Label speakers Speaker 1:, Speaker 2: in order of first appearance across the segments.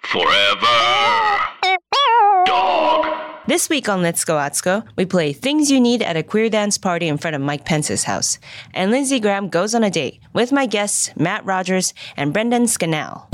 Speaker 1: Forever. Dog.
Speaker 2: This week on Let's Go Atsuko, we play Things You Need at a queer dance party in front of Mike Pence's house. And Lindsey Graham goes on a date with my guests, Matt Rogers and Brendan Scannell.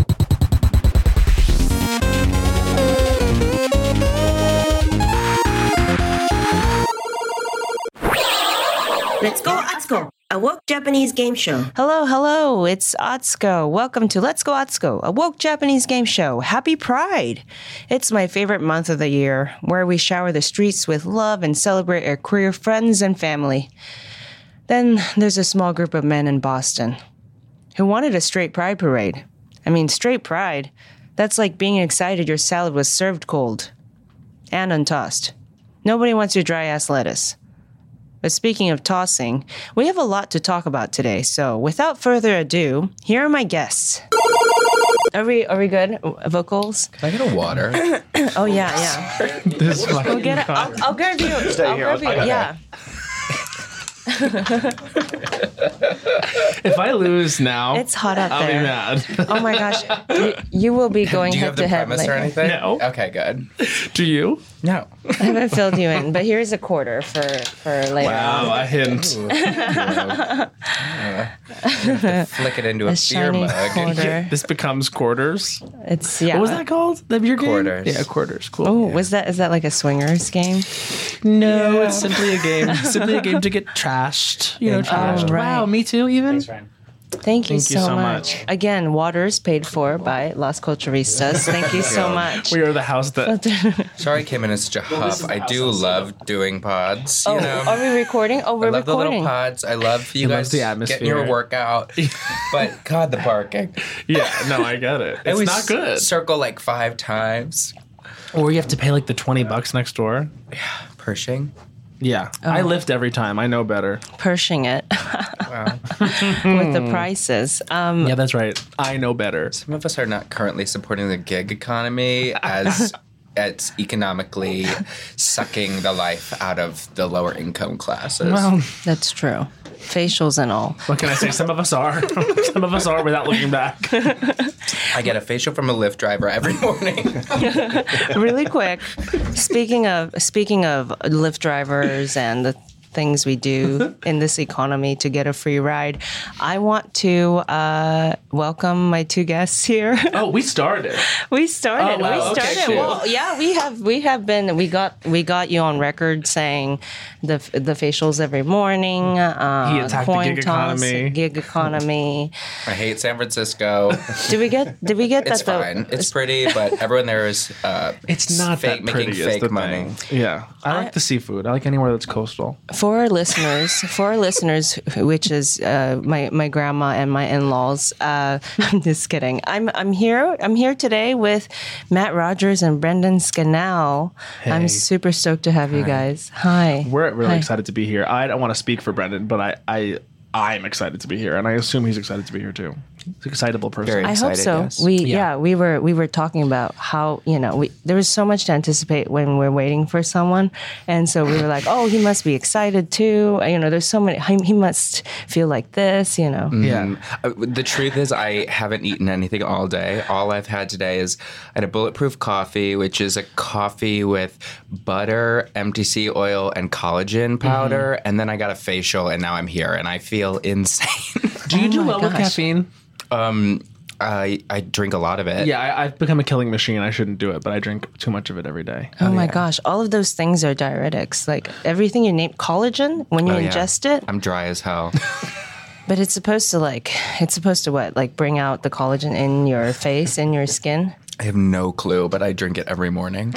Speaker 3: Let's go Atsuko, a woke Japanese game show.
Speaker 2: Hello, hello, it's Atsuko. Welcome to Let's Go Atsuko, a woke Japanese game show. Happy Pride! It's my favorite month of the year, where we shower the streets with love and celebrate our queer friends and family. Then there's a small group of men in Boston who wanted a straight pride parade. I mean, straight pride? That's like being excited your salad was served cold and untossed. Nobody wants your dry ass lettuce. But speaking of tossing, we have a lot to talk about today. So without further ado, here are my guests. Are we are we good? Uh, Vocals?
Speaker 4: Can I get a water?
Speaker 2: Oh yeah, yeah.
Speaker 4: this is
Speaker 2: I'll get it. I'll, I'll grab you. I'll grab you. Yeah.
Speaker 4: if I lose now,
Speaker 2: It's hot out
Speaker 4: I'll be
Speaker 2: there.
Speaker 4: mad.
Speaker 2: Oh my gosh. You, you will be going
Speaker 4: Do you
Speaker 2: head
Speaker 4: have
Speaker 2: to
Speaker 4: the
Speaker 2: head.
Speaker 4: premise or
Speaker 2: later.
Speaker 4: anything?
Speaker 5: No.
Speaker 4: Okay, good. Do you?
Speaker 5: No.
Speaker 2: I haven't filled you in, but here's a quarter for for later.
Speaker 4: Wow, a Oh, hint.
Speaker 5: Flick it into a,
Speaker 2: A
Speaker 5: beer
Speaker 2: shiny
Speaker 5: mug. and-
Speaker 2: quarter.
Speaker 4: This becomes quarters.
Speaker 2: It's yeah.
Speaker 4: What was that called? The beer game?
Speaker 5: Quarters.
Speaker 4: Yeah, quarters. Cool.
Speaker 2: Oh, was that is that like a swingers game?
Speaker 4: no, it's simply a game. simply a game to get trashed. You know, trashed. Oh,
Speaker 2: right.
Speaker 4: Wow, me too. Even.
Speaker 2: Thank you,
Speaker 4: Thank you so much.
Speaker 2: Again, waters paid for by Las Culturistas. Thank you so much.
Speaker 4: We are the house that.
Speaker 5: Sorry, I came in as such a huff. I do love doing pods. You know,
Speaker 2: Are we recording? Oh,
Speaker 5: I
Speaker 2: we're
Speaker 5: love the
Speaker 2: recording.
Speaker 5: little pods. I love you
Speaker 4: loves
Speaker 5: guys
Speaker 4: the
Speaker 5: getting your
Speaker 4: atmosphere.
Speaker 5: workout. but God, the barking.
Speaker 4: yeah. No, I get it. It's
Speaker 5: always
Speaker 4: not good.
Speaker 5: Circle like five times.
Speaker 4: or you have to pay like the twenty bucks next door.
Speaker 5: Pershing.
Speaker 4: Yeah. Oh. I lift every time. I know better.
Speaker 2: Pershing it
Speaker 5: Wow.
Speaker 2: with the prices. Um,
Speaker 4: Yeah, that's right. I know better.
Speaker 5: Some of us are not currently supporting the gig economy as. It's economically sucking the life out of the lower income classes.
Speaker 4: Well,
Speaker 2: that's true. Facials and all.
Speaker 4: what can I say? Some of us are. Some of us are without looking back.
Speaker 5: I get a facial from a Lyft driver every morning.
Speaker 2: really quick. Speaking of speaking of Lyft drivers and the things we do in this economy to get a free ride, I want to uh, welcome my two guests here.
Speaker 4: Oh, we started.
Speaker 2: we started.
Speaker 4: Oh, wow,
Speaker 2: we
Speaker 4: okay,
Speaker 2: started.
Speaker 4: cool.
Speaker 2: Well, yeah, we have we have been we got we got you on record saying the the facials every morning. Uh,
Speaker 4: He attacked the
Speaker 2: coin
Speaker 4: gig
Speaker 2: toss,
Speaker 4: economy.
Speaker 2: Gig economy.
Speaker 5: I hate San Francisco.
Speaker 2: Did we get? Did we get
Speaker 5: It's
Speaker 2: that? though?
Speaker 5: fine. It's pretty, but everyone there is. Uh,
Speaker 4: It's not
Speaker 5: fake-
Speaker 4: that
Speaker 5: making
Speaker 4: pretty. is
Speaker 5: fake
Speaker 4: the
Speaker 5: money.
Speaker 4: Thing. Yeah, I, like the seafood. I like anywhere that's coastal.
Speaker 2: for our listeners, for our listeners, which is uh, my my grandma and my in laws. Uh, I'm just kidding. I'm I'm here. I'm here today with Matt Rogers and Brendan Scannell. I'm super stoked to have you guys. Hi.
Speaker 4: We're really
Speaker 2: Hi.
Speaker 4: excited to be here. I don't want to speak for Brendan, but I, I, I'm excited to be here, and I assume he's excited to be here too. He's an excitable person.
Speaker 5: Very
Speaker 2: I hope
Speaker 5: excited,
Speaker 2: so.
Speaker 5: yes.
Speaker 2: We yeah. we were we were talking about how you know we, there was so much to anticipate when we're waiting for someone, and so we were like, oh, he must be excited too. You know, there's so many. He, he must feel like this. You know.
Speaker 4: yeah,
Speaker 5: Uh, the truth is, I haven't eaten anything all day. All I've had today is I had a bulletproof coffee, which is a coffee with butter, MTC oil, and collagen
Speaker 2: Mm-hmm.
Speaker 5: powder. And then I got a facial, and now I'm here, and I feel insane.
Speaker 4: Do you do well with
Speaker 2: Oh gosh.
Speaker 4: caffeine?
Speaker 5: I I drink a lot of it.
Speaker 4: Yeah, I, I've become a killing machine. I shouldn't do it, but I drink too much of it every day.
Speaker 2: Oh my gosh, all of those things are diuretics. Like everything you name collagen when you
Speaker 5: Oh, yeah.
Speaker 2: ingest it,
Speaker 5: I'm dry as hell.
Speaker 2: but it's supposed to like it's supposed to what? Like bring out the collagen in your face, in your skin.
Speaker 5: I have no clue, but I drink it every morning.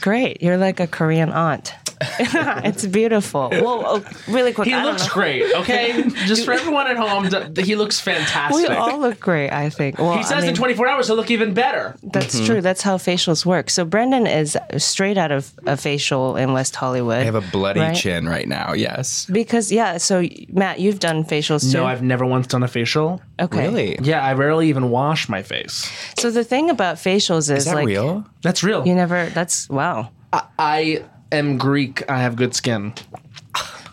Speaker 2: Great. You're like a Korean aunt. it's beautiful. Well, oh, really quick.
Speaker 4: He
Speaker 2: I don't
Speaker 4: looks
Speaker 2: know.
Speaker 4: great, okay? Just for everyone at home, d- he looks fantastic.
Speaker 2: We all look great, I think. Well,
Speaker 4: he says
Speaker 2: I mean,
Speaker 4: in 24 hours he'll look even better.
Speaker 2: That's
Speaker 5: Mm-hmm.
Speaker 2: true. That's how facials work. So Brendan is straight out of a facial in West Hollywood.
Speaker 5: I have a bloody
Speaker 2: Right?
Speaker 5: chin right now. Yes.
Speaker 2: because yeah. So Matt, you've done facials too.
Speaker 4: No, I've never once done a facial.
Speaker 2: okay.
Speaker 5: Really?
Speaker 4: Yeah, I rarely even wash my face.
Speaker 2: So the thing about facials is,
Speaker 5: Is that
Speaker 2: like
Speaker 5: real?
Speaker 4: That's real.
Speaker 2: you never. That's wow.
Speaker 4: I am Greek. I have good skin.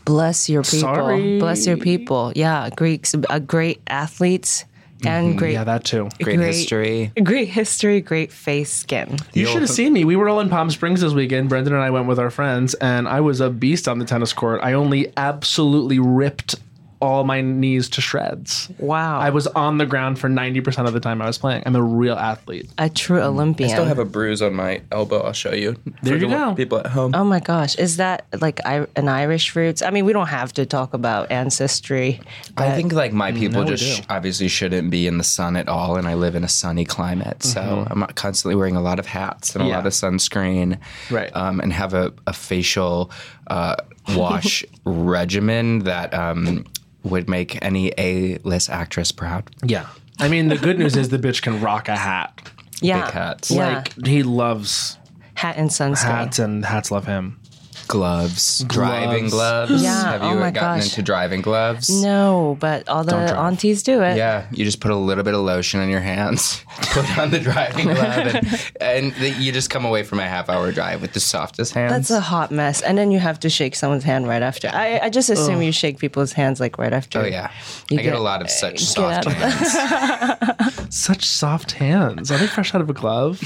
Speaker 2: Bless your people.
Speaker 4: Sorry.
Speaker 2: Bless your people. Yeah, Greeks, uh, great athletes, and great,
Speaker 4: Yeah, that too.
Speaker 5: Mm-hmm. Great,
Speaker 2: Great.
Speaker 5: history.
Speaker 2: great history, great face skin.
Speaker 4: You should have seen me. We were all in Palm Springs this weekend. Brendan and I went with our friends, and I was a beast on the tennis court. I only absolutely ripped all my knees to shreds.
Speaker 2: Wow,
Speaker 4: I was on the ground for 90% of the time I was playing. I'm a real athlete.
Speaker 2: a true Olympian.
Speaker 5: I still have a bruise on my elbow. I'll show you.
Speaker 4: There
Speaker 5: For
Speaker 4: you
Speaker 5: the
Speaker 4: go.
Speaker 5: People at home.
Speaker 2: Oh my gosh, is that like I, an Irish roots? I mean, we don't have to talk about ancestry.
Speaker 5: I think like my people
Speaker 4: we
Speaker 5: just sh-
Speaker 4: do.
Speaker 5: obviously shouldn't be in the sun at all, and I live in a sunny climate, so I'm constantly wearing a lot of hats and a
Speaker 4: Yeah.
Speaker 5: lot of sunscreen,
Speaker 4: Right.
Speaker 5: Um, and have a, a facial uh, wash regimen that um, would make any A-list actress proud.
Speaker 4: Yeah. I mean, the good news is the bitch can rock a hat.
Speaker 2: Yeah,
Speaker 5: Big hats,
Speaker 2: Yeah,
Speaker 4: Like, he loves
Speaker 2: hat and sunscreen.
Speaker 4: hats, and hats love him.
Speaker 5: gloves, driving gloves.
Speaker 2: Yeah,
Speaker 5: Have
Speaker 2: oh
Speaker 5: you
Speaker 2: my
Speaker 5: gotten
Speaker 2: gosh.
Speaker 5: into driving gloves?
Speaker 2: No, but all the
Speaker 5: drive.
Speaker 2: aunties do it.
Speaker 5: Yeah, you just put a little bit of lotion on your hands, put on the driving glove, and, and the, you just come away from a half hour drive with the softest hands.
Speaker 2: That's a hot mess. And then you have to shake someone's hand right after. I, I just assume you shake people's hands like right after.
Speaker 5: oh, yeah.
Speaker 2: You
Speaker 5: I get,
Speaker 2: get-
Speaker 5: a lot of such
Speaker 2: get out
Speaker 5: soft
Speaker 2: of-
Speaker 5: hands.
Speaker 4: Such soft hands. Are they fresh out of a glove?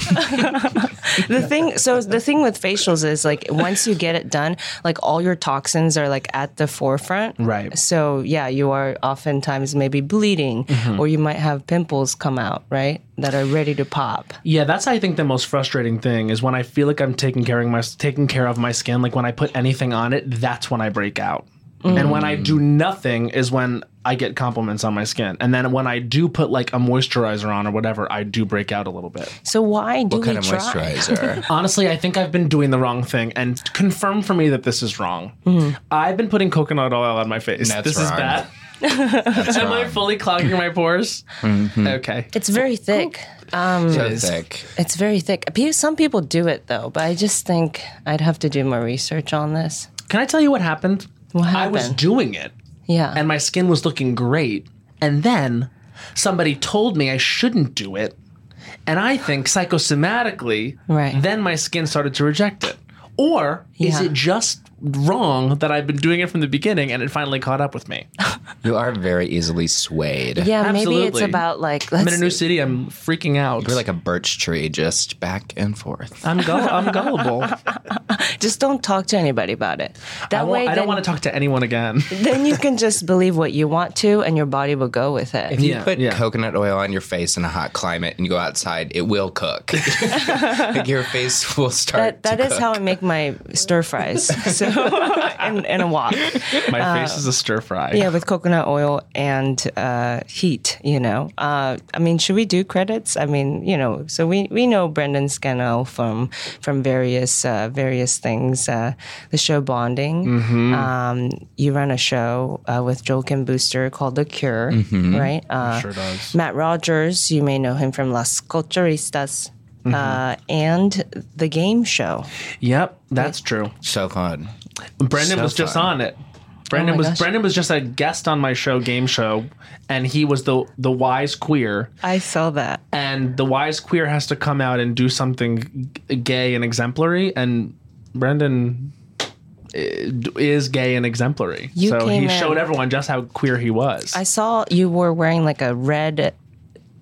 Speaker 2: the thing so the thing with facials is like once you get it done like all your toxins are like at the forefront
Speaker 4: Right.
Speaker 2: so yeah you are oftentimes maybe bleeding
Speaker 5: Mm-hmm.
Speaker 2: or you might have pimples come out right that are ready to pop
Speaker 4: Yeah, that's I think the most frustrating thing is when I feel like I'm taking care of my taking care of my skin. Like when I put anything on it, that's when I break out. And when I do nothing is when I get compliments on my skin. And then when I do put like a moisturizer on or whatever, I do break out a little bit.
Speaker 2: so why do
Speaker 5: What kind
Speaker 2: we
Speaker 5: of
Speaker 2: try
Speaker 5: moisturizer?
Speaker 4: Honestly, I think I've been doing the wrong thing and confirm for me that this is wrong. I've been putting coconut oil on my face.
Speaker 5: That's
Speaker 4: this is
Speaker 5: wrong.
Speaker 4: bad. Am I fully clogging my pores?
Speaker 5: Mm-hmm.
Speaker 4: Okay.
Speaker 2: it's very
Speaker 5: Oh,
Speaker 2: thick um,
Speaker 5: so thick.
Speaker 2: it's very thick Pe- some people do it though but i just think i'd have to do more research on this
Speaker 4: Can I tell you what happened?
Speaker 2: What
Speaker 4: I was
Speaker 2: happened?
Speaker 4: doing it
Speaker 2: yeah
Speaker 4: and my skin was looking great. And then somebody told me I shouldn't do it. And I think psychosomatically,
Speaker 2: Right.
Speaker 4: then my skin started to reject it. Or is
Speaker 2: Yeah.
Speaker 4: it just wrong that I've been doing it from the beginning and it finally caught up with me?
Speaker 5: You are very easily swayed.
Speaker 2: yeah maybe it's
Speaker 4: absolutely.
Speaker 2: about like
Speaker 4: I'm in a
Speaker 2: let's
Speaker 4: new city, I'm freaking out.
Speaker 5: You're like a birch tree, just back and forth.
Speaker 4: I'm, gull- I'm gullible.
Speaker 2: just don't talk to anybody about it that
Speaker 4: I, won't-
Speaker 2: way
Speaker 4: I don't
Speaker 2: then-
Speaker 4: want to talk to anyone again.
Speaker 2: then you can just believe what you want to and your body will go with it.
Speaker 5: You
Speaker 4: Yeah,
Speaker 5: put
Speaker 4: yeah.
Speaker 5: coconut oil on your face in a hot climate and you go outside, it will cook. like your face will
Speaker 2: That,
Speaker 5: start.
Speaker 2: that
Speaker 5: to
Speaker 2: is
Speaker 5: cook.
Speaker 2: how I make my stir fries. So, and, and a wok.
Speaker 4: My face is a stir fry.
Speaker 2: Uh, Yeah, with coconut oil and uh, heat, you know. Uh, I mean, should we do credits? I mean, you know, so we, we know Brendan Scannell from from various uh, various things. Uh, the show Bonding.
Speaker 4: Mm-hmm.
Speaker 2: Um, you run a show uh, with Joel Kim Booster called The Cure, right? Uh,
Speaker 4: Mm-hmm. Sure does.
Speaker 2: Matt Rogers, you may know him from Las Culturistas.
Speaker 4: Mm-hmm.
Speaker 2: Uh, and the game show.
Speaker 4: Yep, that's true.
Speaker 5: So fun.
Speaker 4: Brendan
Speaker 5: So
Speaker 4: was just
Speaker 5: fun.
Speaker 4: on it. Brendan
Speaker 2: Oh my
Speaker 4: was
Speaker 2: gosh.
Speaker 4: Brendan was just a guest on my show, game show, and he was the the wise queer.
Speaker 2: I saw that.
Speaker 4: And the wise queer has to come out and do something g- gay and exemplary, and Brendan i- is gay and exemplary.
Speaker 2: You
Speaker 4: so
Speaker 2: came
Speaker 4: he
Speaker 2: in-
Speaker 4: showed everyone just how queer he was.
Speaker 2: I saw you were wearing like a red,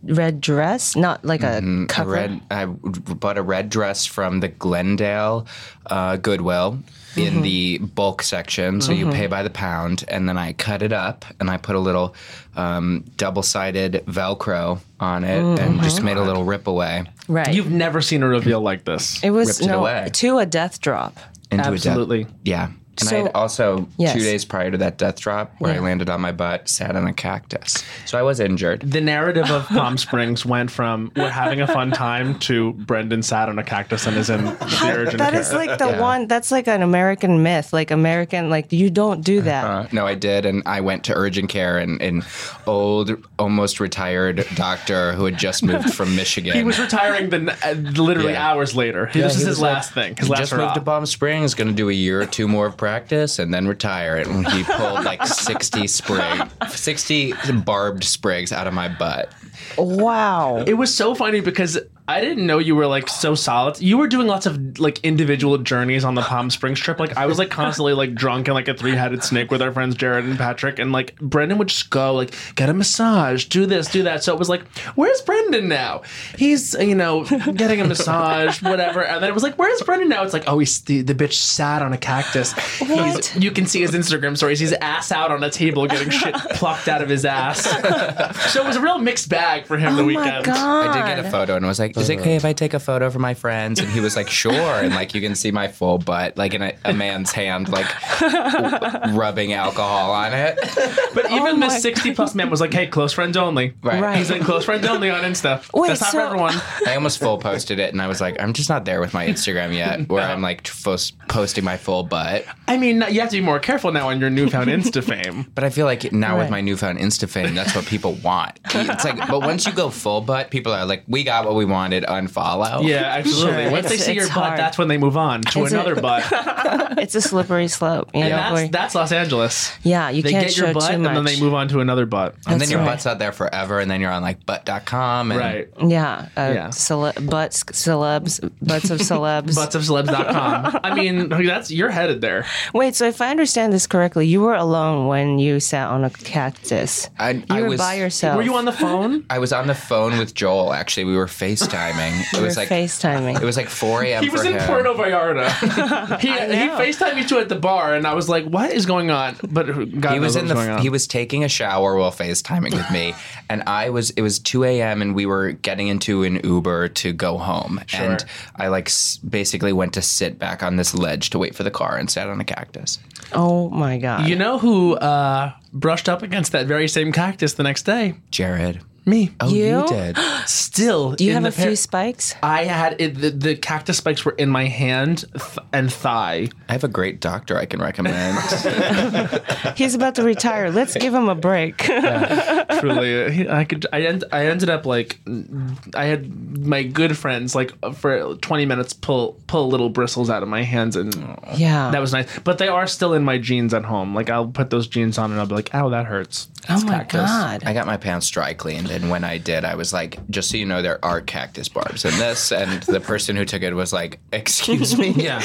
Speaker 2: red dress, not like a cover.
Speaker 5: red. I bought a red dress from the Glendale uh, Goodwill
Speaker 2: Mm-hmm.
Speaker 5: in the bulk section, so you pay by the pound, and then I cut it up and I put a little um, double-sided Velcro on it
Speaker 2: Mm-hmm.
Speaker 5: and just made a little rip away
Speaker 2: right.
Speaker 4: You've never seen a reveal like this.
Speaker 2: it was
Speaker 5: ripped it
Speaker 2: no
Speaker 5: away.
Speaker 2: to a death drop.
Speaker 5: into a depth.
Speaker 4: Absolutely.
Speaker 5: Yeah, And I
Speaker 2: So-
Speaker 5: had also
Speaker 2: Yes.
Speaker 5: two days prior to that death drop where I landed on my butt, sat on a cactus. So I was injured.
Speaker 4: The narrative of Palm Springs went from we're having a fun time to Brendan sat on a cactus and is in the urgent
Speaker 2: That
Speaker 4: care.
Speaker 2: is like the one. That's like an American myth. Like American, like you don't do that.
Speaker 5: Uh, no, I did, and I went to urgent care, and an old, almost retired doctor who had just moved from Michigan.
Speaker 4: he was retiring the n- uh, literally
Speaker 5: Yeah.
Speaker 4: hours later. this is his last thing. His last
Speaker 5: just
Speaker 4: hurrah.
Speaker 5: moved to Palm Springs, going to do a year or two more of practice and then retire. And he pulled like 60 sprig, 60 barbed sprigs out of my butt.
Speaker 2: Wow.
Speaker 4: It was so funny because I didn't know you were like so solid. You were doing lots of like individual journeys on the Palm Springs trip. Like I was like constantly like drunk and like a three headed snake with our friends Jared and Patrick. And like Brendan would just go like get a massage, do this, do that. So it was like, where's Brendan now? He's you know getting a massage, whatever. And then it was like, where's Brendan now? It's like oh he's the, the bitch sat on a cactus. He's-
Speaker 2: What?
Speaker 4: you can see his Instagram stories. He's ass out on a table getting shit plucked out of his ass. so it was a real mixed bag for him the
Speaker 2: oh
Speaker 4: weekend.
Speaker 2: my god.
Speaker 5: I did get a photo and was like, is it okay if I take a photo for my friends? And he was like, sure. And like, you can see my full butt, like in a, a man's hand, like w- rubbing alcohol on it.
Speaker 4: But even
Speaker 2: Oh my
Speaker 4: this 60 plus man was like, hey, close friends only.
Speaker 5: Right.
Speaker 2: Right.
Speaker 4: He's like, close friends only on Insta.
Speaker 2: Wait,
Speaker 4: That's not
Speaker 2: so-
Speaker 4: for everyone.
Speaker 5: I almost full posted it and I was like, I'm just not there with my Instagram yet where I'm like fo- posting my full butt.
Speaker 4: I mean, you have to be more careful now on your newfound Insta fame.
Speaker 5: But I feel like now
Speaker 2: Right.
Speaker 5: with my newfound Insta fame, that's what people want. It's like, but once you go full butt, people are like, we got what we wanted, unfollow.
Speaker 4: Yeah, absolutely.
Speaker 2: Sure,
Speaker 4: Once they
Speaker 2: it's-
Speaker 4: see your
Speaker 2: it's
Speaker 4: butt,
Speaker 2: hard.
Speaker 4: that's when they move on to
Speaker 2: Is it-
Speaker 4: another butt.
Speaker 2: It's a slippery slope. You know, where-
Speaker 4: That's, that's Los Angeles.
Speaker 2: yeah, you
Speaker 4: They
Speaker 2: can't
Speaker 4: get
Speaker 2: show
Speaker 4: your butt
Speaker 2: too
Speaker 4: and
Speaker 2: much.
Speaker 4: then they move on to another butt.
Speaker 5: And then your
Speaker 2: right.
Speaker 5: butt's out there forever, and then you're on like butt.com. And
Speaker 4: Right.
Speaker 2: Yeah, uh,
Speaker 4: Yeah.
Speaker 2: Cele- butts, celebs, butts of celebs.
Speaker 4: Buttsofcelebs.com. I mean, that's you're headed there.
Speaker 2: Wait, so if I understand this correctly, you were alone when you sat on a cactus.
Speaker 5: I,
Speaker 2: you
Speaker 5: I
Speaker 2: were
Speaker 5: was
Speaker 2: by yourself.
Speaker 4: Were you on the phone?
Speaker 5: I was on the phone with Joel. Actually, we were FaceTiming. It
Speaker 2: You were
Speaker 5: was like
Speaker 2: FaceTiming.
Speaker 5: it was like 4 a.m.
Speaker 4: He was
Speaker 5: for
Speaker 4: in
Speaker 5: him.
Speaker 4: Puerto Vallarta. he, he
Speaker 2: know.
Speaker 4: FaceTimed me too at the bar, and I was like, what is going on? But who- God
Speaker 5: He was
Speaker 4: knows
Speaker 5: in
Speaker 4: what
Speaker 5: the
Speaker 4: going on.
Speaker 5: he was taking a shower while FaceTiming with me, and I was it was two a.m. and we were getting into an Uber to go home, and I like s- basically went to sit back on this ledge to wait for the car and sat on a cactus.
Speaker 2: oh my god!
Speaker 4: You know who uh, brushed up against that very same cactus the next day?
Speaker 5: Jared,
Speaker 4: Me.
Speaker 5: oh you,
Speaker 2: You?
Speaker 5: did.
Speaker 4: Still,
Speaker 2: Do you have
Speaker 4: in the
Speaker 2: a
Speaker 4: pair-
Speaker 2: few spikes?
Speaker 4: I had it, the, the cactus spikes were in my hand th- and thigh.
Speaker 5: I have a great doctor I can recommend.
Speaker 2: He's about to retire. Let's give him a break.
Speaker 4: Truly, he- I could. I end, I ended up like I had my good friends like uh, for twenty minutes pull pull little bristles out of my hands and.
Speaker 2: yeah.
Speaker 4: That was nice, but they are still in my jeans at home. Like I'll put those jeans on and I'll be like, "Ow, that hurts."
Speaker 2: oh my god!
Speaker 5: I got my pants dry cleaned, and when I did, I was like, just so you know, there are cactus barbs in this. And the person who took it was like, excuse me.
Speaker 4: Yeah.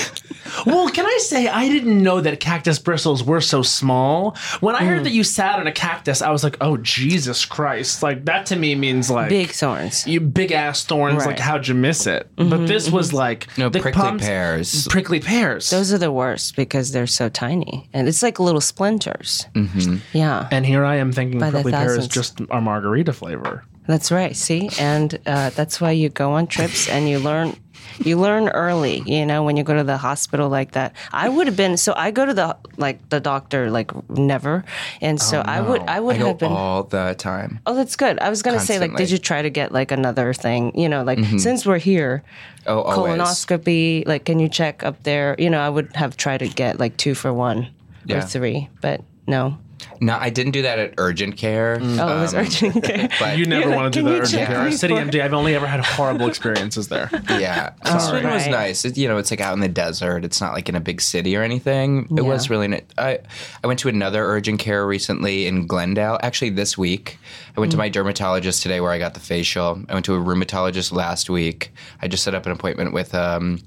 Speaker 4: Well, can I say I didn't know that cactus bristles were so small. When I
Speaker 2: Hmm.
Speaker 4: heard that you sat on a cactus, I was like, "Oh Jesus Christ!" Like that to me means like
Speaker 2: Big thorns.
Speaker 4: you big ass thorns.
Speaker 2: Right. Mm-hmm,
Speaker 4: Like how'd you miss it? But this was like
Speaker 5: No,
Speaker 4: the
Speaker 5: prickly
Speaker 4: palms-
Speaker 5: pears.
Speaker 4: Prickly pears.
Speaker 2: Those are the worst because they're so tiny, and it's like little splinters. Mm-hmm. Yeah,
Speaker 4: and here I am thinking
Speaker 2: the
Speaker 4: prickly pear is
Speaker 2: thousands.
Speaker 4: just our margarita flavor.
Speaker 2: that's right. See, and uh, that's why you go on trips and you learn. You learn early, you know, when you go to the hospital like that. I would have been so. I go to the like the doctor like never, and so I would I would
Speaker 5: I go
Speaker 2: have been.
Speaker 5: all the time.
Speaker 2: Oh, that's good. I was gonna say, like, did
Speaker 5: Constantly.
Speaker 2: you try to get like another thing? You know, like
Speaker 4: Mm-hmm.
Speaker 2: since we're here,
Speaker 5: Oh, always.
Speaker 2: colonoscopy. Like, can you check up there? You know, I would have tried to get like two for one or
Speaker 5: Yeah.
Speaker 2: three, but no.
Speaker 5: No, I didn't do that at urgent care. Um,
Speaker 2: Oh, it was urgent care.
Speaker 5: But
Speaker 4: You never
Speaker 2: like,
Speaker 4: want to do
Speaker 2: "Can
Speaker 4: that
Speaker 2: you
Speaker 4: urgent
Speaker 2: check
Speaker 4: care.
Speaker 2: me
Speaker 4: City
Speaker 2: for-"
Speaker 4: MD. I've only ever had horrible experiences there.
Speaker 5: yeah,
Speaker 2: Oh,
Speaker 5: this one was
Speaker 2: Alright.
Speaker 5: nice. It, you know, it's like out in the desert. It's not like in a big city or anything. It was really nice. I, I went to another urgent care recently in Glendale. Actually, this week, I went to
Speaker 2: Mm.
Speaker 5: my dermatologist today where I got the facial. I went to a rheumatologist last week. I just set up an appointment with um,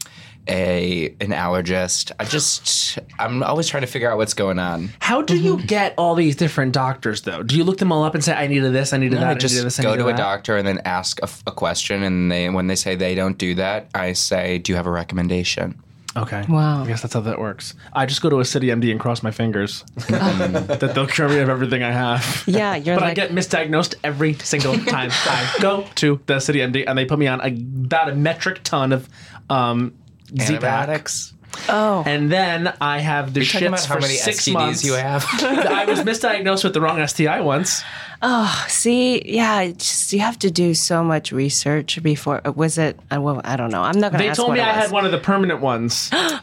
Speaker 5: a an allergist. I just I'm always trying to figure out what's going on.
Speaker 4: How do you
Speaker 2: Mm-hmm.
Speaker 4: get all these different doctors though? Do you look them all up and say, "I needed this, I needed
Speaker 5: I
Speaker 4: that, I needed this,
Speaker 5: just
Speaker 4: I
Speaker 5: go
Speaker 4: needed
Speaker 5: to a
Speaker 4: that"?
Speaker 5: doctor and then ask a, a question, and they when they say they don't do that, I say, "Do you have a recommendation?"
Speaker 4: Okay.
Speaker 2: Wow.
Speaker 4: I guess that's how that works. I just go to a city MD and cross my fingers that they'll cure me of everything I have.
Speaker 2: Yeah, you're
Speaker 4: But I
Speaker 2: like,
Speaker 4: get misdiagnosed every single time I go to the city MD, and they put me on a, about a metric ton of um, Z-Pack.
Speaker 5: Antibiotics.
Speaker 4: Oh. And then I have the
Speaker 5: Talking about
Speaker 4: shits
Speaker 5: how
Speaker 4: for
Speaker 5: many
Speaker 4: six
Speaker 5: STDs
Speaker 4: months.
Speaker 5: you have.
Speaker 4: I was misdiagnosed with the wrong STI once.
Speaker 2: See, yeah, it's just, you have to do so much research before. uh, Was it? I, well, I don't know. I'm not going to
Speaker 4: They
Speaker 2: ask
Speaker 4: told
Speaker 2: what
Speaker 4: me
Speaker 2: it
Speaker 4: I
Speaker 2: was. Oh,
Speaker 4: had one of the permanent ones. Turns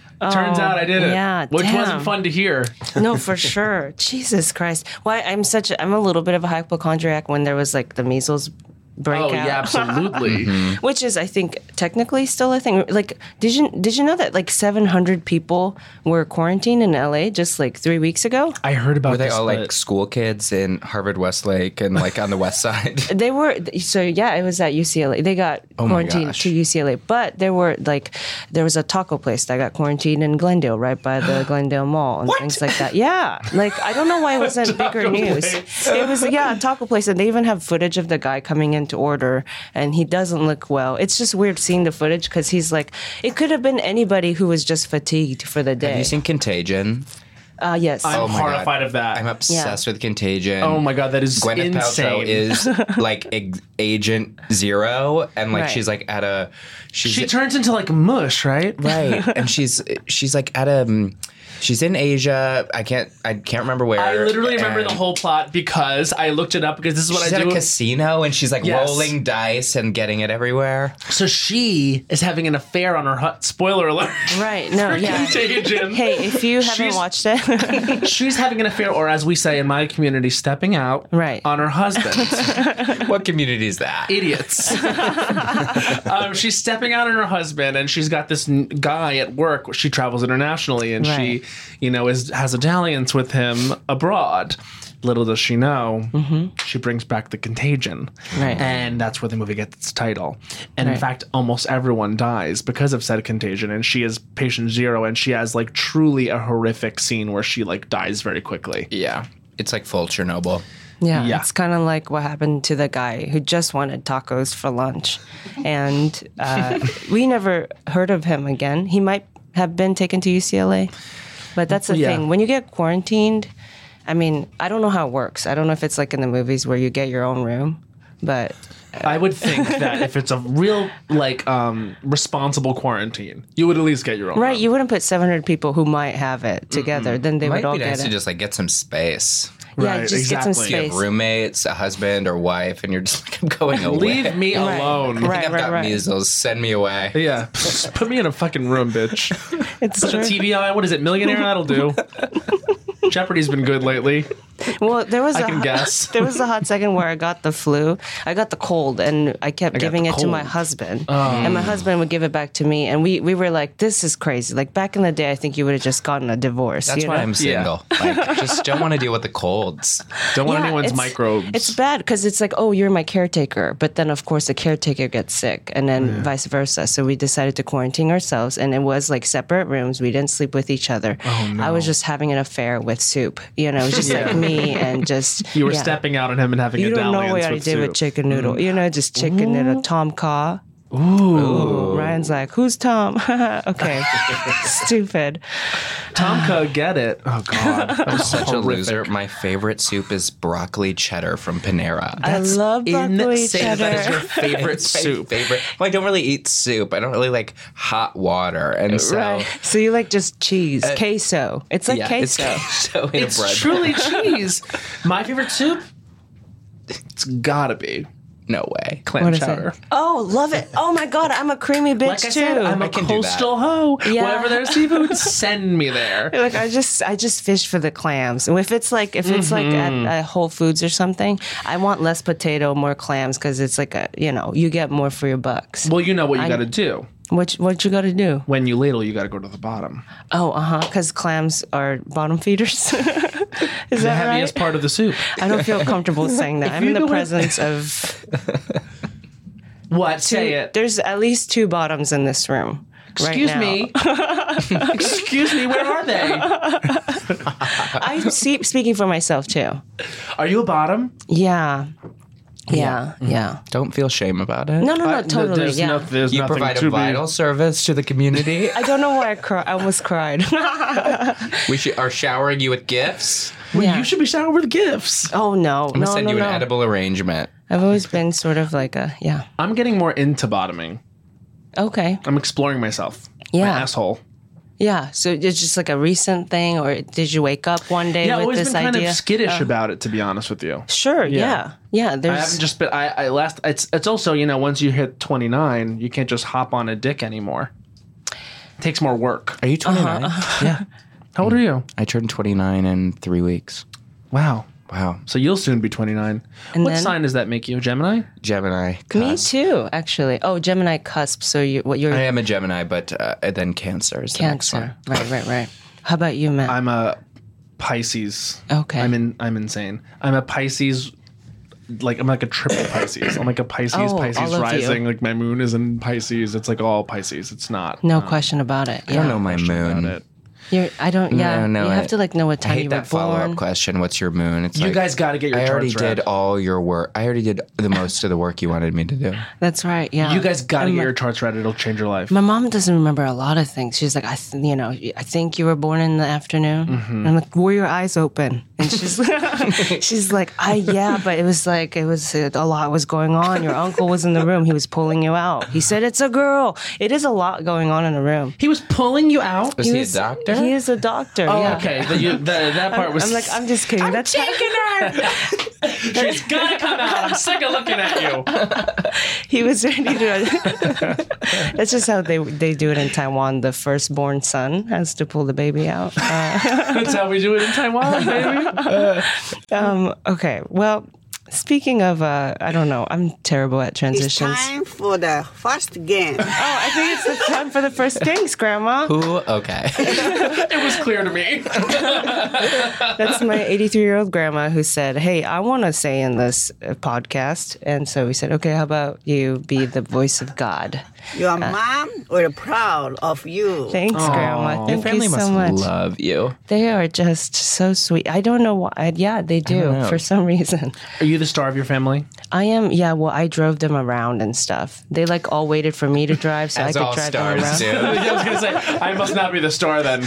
Speaker 4: out I didn't.
Speaker 2: yeah,
Speaker 4: which
Speaker 2: damn.
Speaker 4: wasn't fun to hear.
Speaker 2: no, for sure. Jesus Christ. Why I'm such a, I'm a little bit of a hypochondriac when there was like the measles breakout.
Speaker 4: Oh yeah, absolutely.
Speaker 2: Which is I think technically still a thing. Like did you did you know that like 700 people were quarantined in LA just like 3 weeks ago?
Speaker 4: I heard about
Speaker 5: Were they
Speaker 4: this,
Speaker 5: all like
Speaker 4: but-
Speaker 5: school kids in Harvard Westlake and like on the west side?
Speaker 2: They were so yeah, it was at UCLA. They got quarantined
Speaker 5: Oh gosh.
Speaker 2: to UCLA, but there were like there was a taco place that got quarantined in Glendale, right by the Glendale Mall and things like that. Yeah, like I don't know why it wasn't bigger news. It was yeah, a taco place, and they even have footage of the guy coming in to order, and he doesn't look well. It's just weird seeing the footage because he's like, it could have been anybody who was just fatigued for the
Speaker 5: Have
Speaker 2: day.
Speaker 5: you seen Um, Contagion?
Speaker 2: uh, yes,
Speaker 4: I'm
Speaker 5: oh my
Speaker 4: horrified
Speaker 5: God.
Speaker 4: of that.
Speaker 5: I'm obsessed with Contagion.
Speaker 4: oh my god, that is
Speaker 5: Gwyneth
Speaker 4: insane.
Speaker 5: Paltrow is like ex- Agent Zero, and like
Speaker 2: Right.
Speaker 5: she's like at a she's
Speaker 4: she turns into like mush, right?
Speaker 5: right, and she's she's like at a um, she's in Asia. I can't I can't remember where.
Speaker 4: I literally remember
Speaker 5: and
Speaker 4: the whole plot because I looked it up because this is what
Speaker 5: She's
Speaker 4: I
Speaker 5: at
Speaker 4: do.
Speaker 5: a casino and she's like
Speaker 4: Yes.
Speaker 5: rolling dice and getting it everywhere.
Speaker 4: so she is having an affair on her hut. Spoiler alert.
Speaker 2: right? No, yeah.
Speaker 4: Contagion.
Speaker 2: Hey, if you haven't
Speaker 4: She's-
Speaker 2: watched it,
Speaker 4: She's having an affair, or as we say in my community, stepping out
Speaker 2: Right.
Speaker 4: on her husband.
Speaker 5: What community is that?
Speaker 4: Idiots. um, she's stepping out on her husband, and she's got this n- guy at work. She travels internationally, and
Speaker 2: Right.
Speaker 4: she, you know, is has a dalliance with him abroad. Little does she know, she brings back the contagion,
Speaker 2: Mm-hmm. Right.
Speaker 4: and that's where the movie gets its title. And
Speaker 2: Right.
Speaker 4: in fact, almost everyone dies because of said contagion, and she is patient zero, and she has like truly a horrific scene where she like dies very quickly.
Speaker 5: yeah, it's like full Chernobyl.
Speaker 2: Yeah,
Speaker 4: Yeah.
Speaker 2: it's kind of like what happened to the guy who just wanted tacos for lunch, and uh, we never heard of him again. He might have been taken to UCLA, but that's the
Speaker 4: Yeah.
Speaker 2: thing. When you get quarantined, I mean, I don't know how it works. I don't know if it's like in the movies where you get your own room, but
Speaker 4: I would think that if it's a real like um responsible quarantine, you would at least get your own.
Speaker 2: right, you wouldn't put 700 people who might have it together. Then they
Speaker 5: Might
Speaker 2: would all
Speaker 5: be
Speaker 2: get
Speaker 5: nice
Speaker 2: it.
Speaker 5: to just like get some space.
Speaker 2: yeah,
Speaker 4: Right,
Speaker 2: just get some
Speaker 4: exactly.
Speaker 2: space.
Speaker 5: Roommates, a husband or wife, and you're just like, I'm going away.
Speaker 4: Leave me alone.
Speaker 5: I
Speaker 2: Right,
Speaker 5: think I've
Speaker 2: right,
Speaker 5: got
Speaker 2: right.
Speaker 5: measles. Send me away.
Speaker 4: Yeah, put me in a fucking room, bitch.
Speaker 2: It's
Speaker 4: Put a
Speaker 2: true.
Speaker 4: TV on. What is it, Millionaire? That'll do. Jeopardy's been good lately.
Speaker 2: Well, there was
Speaker 4: I
Speaker 2: a
Speaker 4: can
Speaker 2: hot,
Speaker 4: guess.
Speaker 2: there was a hot second where I got the flu. I got the cold, and I kept giving
Speaker 4: the
Speaker 2: it to my
Speaker 4: cold. Oh.
Speaker 2: husband, and my husband would give it back to me, and we we were like, "This is crazy." Like back in the day, I think you would have just gotten a divorce.
Speaker 5: That's
Speaker 2: you
Speaker 5: why
Speaker 2: know?
Speaker 5: I'm single. Like, just don't want to deal with the colds.
Speaker 4: Don't want
Speaker 2: Yeah,
Speaker 4: anyone's
Speaker 2: it's-
Speaker 4: microbes.
Speaker 2: It's bad because it's like, oh, you're my caretaker, but then of course the caretaker gets sick, and then vice versa. So we decided to quarantine ourselves, and it was like separate rooms. We didn't sleep with each other.
Speaker 4: Oh,
Speaker 2: I was just having an affair with soup. You know, it was just like me and just
Speaker 4: you were
Speaker 2: yeah.
Speaker 4: stepping out on him and having
Speaker 2: You
Speaker 4: a
Speaker 2: don't know
Speaker 4: dalliance
Speaker 2: what I
Speaker 4: with
Speaker 2: did with
Speaker 4: soup.
Speaker 2: chicken noodle. You know, just chicken noodle. Tom Ka. Ooh. Ryan's like, who's Tom? okay. Stupid.
Speaker 4: Tomka, get it? Oh god, that was
Speaker 5: Such a
Speaker 4: horrific.
Speaker 5: loser. My favorite soup is broccoli cheddar from Panera.
Speaker 2: I love broccoli
Speaker 4: Insane that That is
Speaker 2: Uh, cheddar.
Speaker 4: your favorite
Speaker 5: It's my
Speaker 4: soup.
Speaker 5: Favorite. Well, I don't really eat soup. I don't really like hot water, and so
Speaker 2: So you like just cheese, queso. It's like
Speaker 5: yeah, it's
Speaker 2: queso.
Speaker 5: queso in a bread.
Speaker 4: It's truly cheese. My favorite soup. It's gotta be
Speaker 5: No way.
Speaker 4: clam
Speaker 2: What is it?
Speaker 4: chowder.
Speaker 2: Oh, love it. Oh my God, I'm a creamy bitch
Speaker 4: Like I
Speaker 2: too.
Speaker 4: said, I'm a
Speaker 5: can do that.
Speaker 4: coastal hoe.
Speaker 2: Yeah.
Speaker 4: Whenever there's seafood, send me there.
Speaker 2: like I just I just fish for the clams. And if it's like if it's like at, at Whole Foods or something, I want less potato, more clams because it's like a you know you get more for your bucks.
Speaker 4: Well, you know what you got to do.
Speaker 2: What what you got to do?
Speaker 4: When you ladle, you got to go to the bottom.
Speaker 2: Oh, uh huh. Because clams are bottom feeders. Is
Speaker 4: The
Speaker 2: that
Speaker 4: heaviest
Speaker 2: right?
Speaker 4: part of the soup.
Speaker 2: I don't feel comfortable saying that. I'm in
Speaker 4: you
Speaker 2: the
Speaker 4: do it-
Speaker 2: presence of.
Speaker 4: What? Say it.
Speaker 2: There's at least two bottoms in this room. right
Speaker 4: Excuse
Speaker 2: now.
Speaker 4: me. Excuse me. Where are they?
Speaker 2: I'm see, speaking for myself too.
Speaker 4: Are you a bottom?
Speaker 2: Yeah. Yeah. Yeah.
Speaker 5: Don't feel shame about it.
Speaker 2: No, no, no.
Speaker 4: Mm-hmm. I-
Speaker 2: Totally.
Speaker 4: Uh, there's
Speaker 2: yeah.
Speaker 4: no- there's
Speaker 5: You
Speaker 4: nothing
Speaker 5: provide
Speaker 4: to
Speaker 5: a
Speaker 4: be-
Speaker 5: vital service to the community.
Speaker 2: I don't know why I cried. I almost cried.
Speaker 5: we should, are showering you with gifts.
Speaker 4: Well,
Speaker 2: Yeah.
Speaker 4: You should be showered with gifts.
Speaker 2: oh no.
Speaker 5: I'm
Speaker 2: no,
Speaker 5: gonna send
Speaker 2: no,
Speaker 5: you an
Speaker 2: no.
Speaker 5: edible arrangement.
Speaker 2: I've always been sort of like a yeah.
Speaker 4: I'm getting more into bottoming.
Speaker 2: Okay.
Speaker 4: I'm exploring myself.
Speaker 2: Yeah.
Speaker 4: My asshole.
Speaker 2: Yeah. So it's just like a recent thing, or did you wake up one day
Speaker 4: Yeah, I've
Speaker 2: with
Speaker 4: always
Speaker 2: this
Speaker 4: been kind
Speaker 2: idea?
Speaker 4: of skittish about it, to be honest with you.
Speaker 2: Sure. Yeah. Yeah.
Speaker 4: I haven't
Speaker 2: there's
Speaker 4: just been. I, I last. It's it's also you know once you hit 29, you can't just hop on a dick anymore. It takes more work.
Speaker 5: Are you 29?
Speaker 2: Uh-huh,
Speaker 4: Yeah. How old are you?
Speaker 5: I turned 29 in three weeks.
Speaker 4: Wow.
Speaker 5: Wow.
Speaker 4: So you'll soon be 29. what
Speaker 2: then-
Speaker 4: sign does that make you? Gemini?
Speaker 5: Gemini.
Speaker 2: me
Speaker 5: cusp.
Speaker 2: too, actually. Oh, Gemini cusp. So you what you're
Speaker 5: I am a Gemini, but uh, then Cancer is the next one.
Speaker 2: cancer. Right. Right. Right. How about you, Matt?
Speaker 4: I'm a Pisces.
Speaker 2: Oh, Okay.
Speaker 4: I'm in. I'm insane. I'm a Pisces. Like I'm like a triple Pisces. I'm like a Pisces,
Speaker 2: Oh, all
Speaker 4: Pisces
Speaker 2: of you.
Speaker 4: rising. Like my moon is in Pisces. It's like all Pisces. It's not.
Speaker 2: no question about it.
Speaker 5: uh, I
Speaker 2: Yeah.
Speaker 5: don't know my moon.
Speaker 4: About it.
Speaker 2: You're, I don't. Yeah.
Speaker 5: No, no,
Speaker 2: you
Speaker 5: I-
Speaker 2: have to like know what
Speaker 5: I
Speaker 2: time you
Speaker 5: hate
Speaker 2: were
Speaker 5: that follow
Speaker 2: born.
Speaker 5: up question. What's your moon? It's
Speaker 4: You
Speaker 5: like,
Speaker 4: guys got to get your.
Speaker 5: I already
Speaker 4: charts read.
Speaker 5: did all your work. I already did the most of the work you wanted me to do.
Speaker 2: That's right. Yeah.
Speaker 4: You guys got to
Speaker 2: And
Speaker 4: get
Speaker 2: my-
Speaker 4: your charts read. It'll change your life.
Speaker 2: My mom doesn't remember a lot of things. She's like, I, th- you know, I think you were born in the afternoon.
Speaker 5: Mm-hmm.
Speaker 2: And I'm like, were your eyes open? And she's, she's like, I yeah, but it was like it was a lot was going on. Your uncle was in the room. He was pulling you out. He said, it's a girl. It is a lot going on in the room.
Speaker 4: he was pulling you out.
Speaker 5: Was he,
Speaker 2: was-
Speaker 5: a doctor?
Speaker 2: He is a doctor.
Speaker 4: Oh,
Speaker 2: yeah.
Speaker 4: okay. The, you, the, that part was.
Speaker 2: I'm like, I'm just kidding. That's
Speaker 4: she's gotta come out. I'm sick of looking at you.
Speaker 2: he was ready to. That's just how they they do it in Taiwan. The firstborn son has to pull the baby out. Uh,
Speaker 4: That's how we do it in Taiwan, baby.
Speaker 2: Um, okay. Well, speaking of, uh, I don't know. I'm terrible at
Speaker 6: It's
Speaker 2: transitions.
Speaker 6: time for the first game.
Speaker 2: Oh, I think it's the time for the first dance, Grandma.
Speaker 5: Ooh, okay.
Speaker 4: It was clear to me.
Speaker 2: That's my 83 year old grandma who said, "Hey, I want to say in this uh, podcast," and so we said, "Okay, how about you be the voice of God?"
Speaker 6: Your
Speaker 2: Uh.
Speaker 6: mom were proud of you.
Speaker 2: Thanks, Grandma. Thank
Speaker 5: Family
Speaker 2: you so much.
Speaker 5: must love you.
Speaker 2: They are just so sweet. I don't know why. Yeah, they do
Speaker 5: know.
Speaker 2: for some reason.
Speaker 4: Are you the star of your family?
Speaker 2: I am. Yeah. Well, I drove them around and stuff. They like all waited for me to drive so
Speaker 5: As
Speaker 2: I could
Speaker 5: all
Speaker 2: drive them
Speaker 5: stars
Speaker 2: around.
Speaker 5: do.
Speaker 4: I was gonna say I must not be the star then.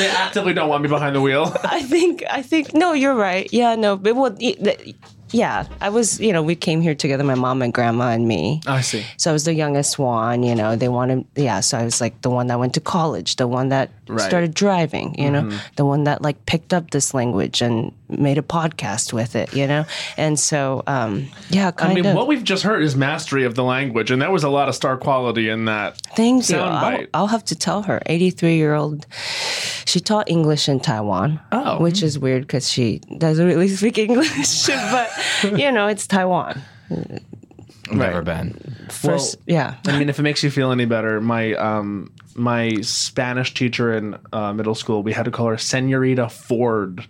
Speaker 4: They actively don't want me behind the wheel.
Speaker 2: I think I think no, you're right. Yeah, no, but well, y- the- yeah, I was. You know, we came here together, my mom and grandma and me.
Speaker 5: Oh,
Speaker 4: I see.
Speaker 2: So I was the youngest one. You know, they wanted. Yeah, so I was like the one that went to college, the one that
Speaker 4: Right. Mm-hmm.
Speaker 2: started driving. You know, the one that like picked up this language and made a podcast with it. You know, and so um, yeah, kind
Speaker 4: I mean,
Speaker 2: of.
Speaker 4: what we've just heard is mastery of the language, and there was a lot of star quality in that.
Speaker 2: Thank you. I'll,
Speaker 4: Soundbite.
Speaker 2: I'll have to tell her. 83 year old. She taught English in Taiwan,
Speaker 4: Oh.
Speaker 2: which is weird because she doesn't really speak English, but you know, it's Taiwan.
Speaker 5: Never been.
Speaker 2: First, yeah.
Speaker 4: I mean, if it makes you feel any better, my um, my Spanish teacher in uh, middle school, we had to call her Senorita Ford.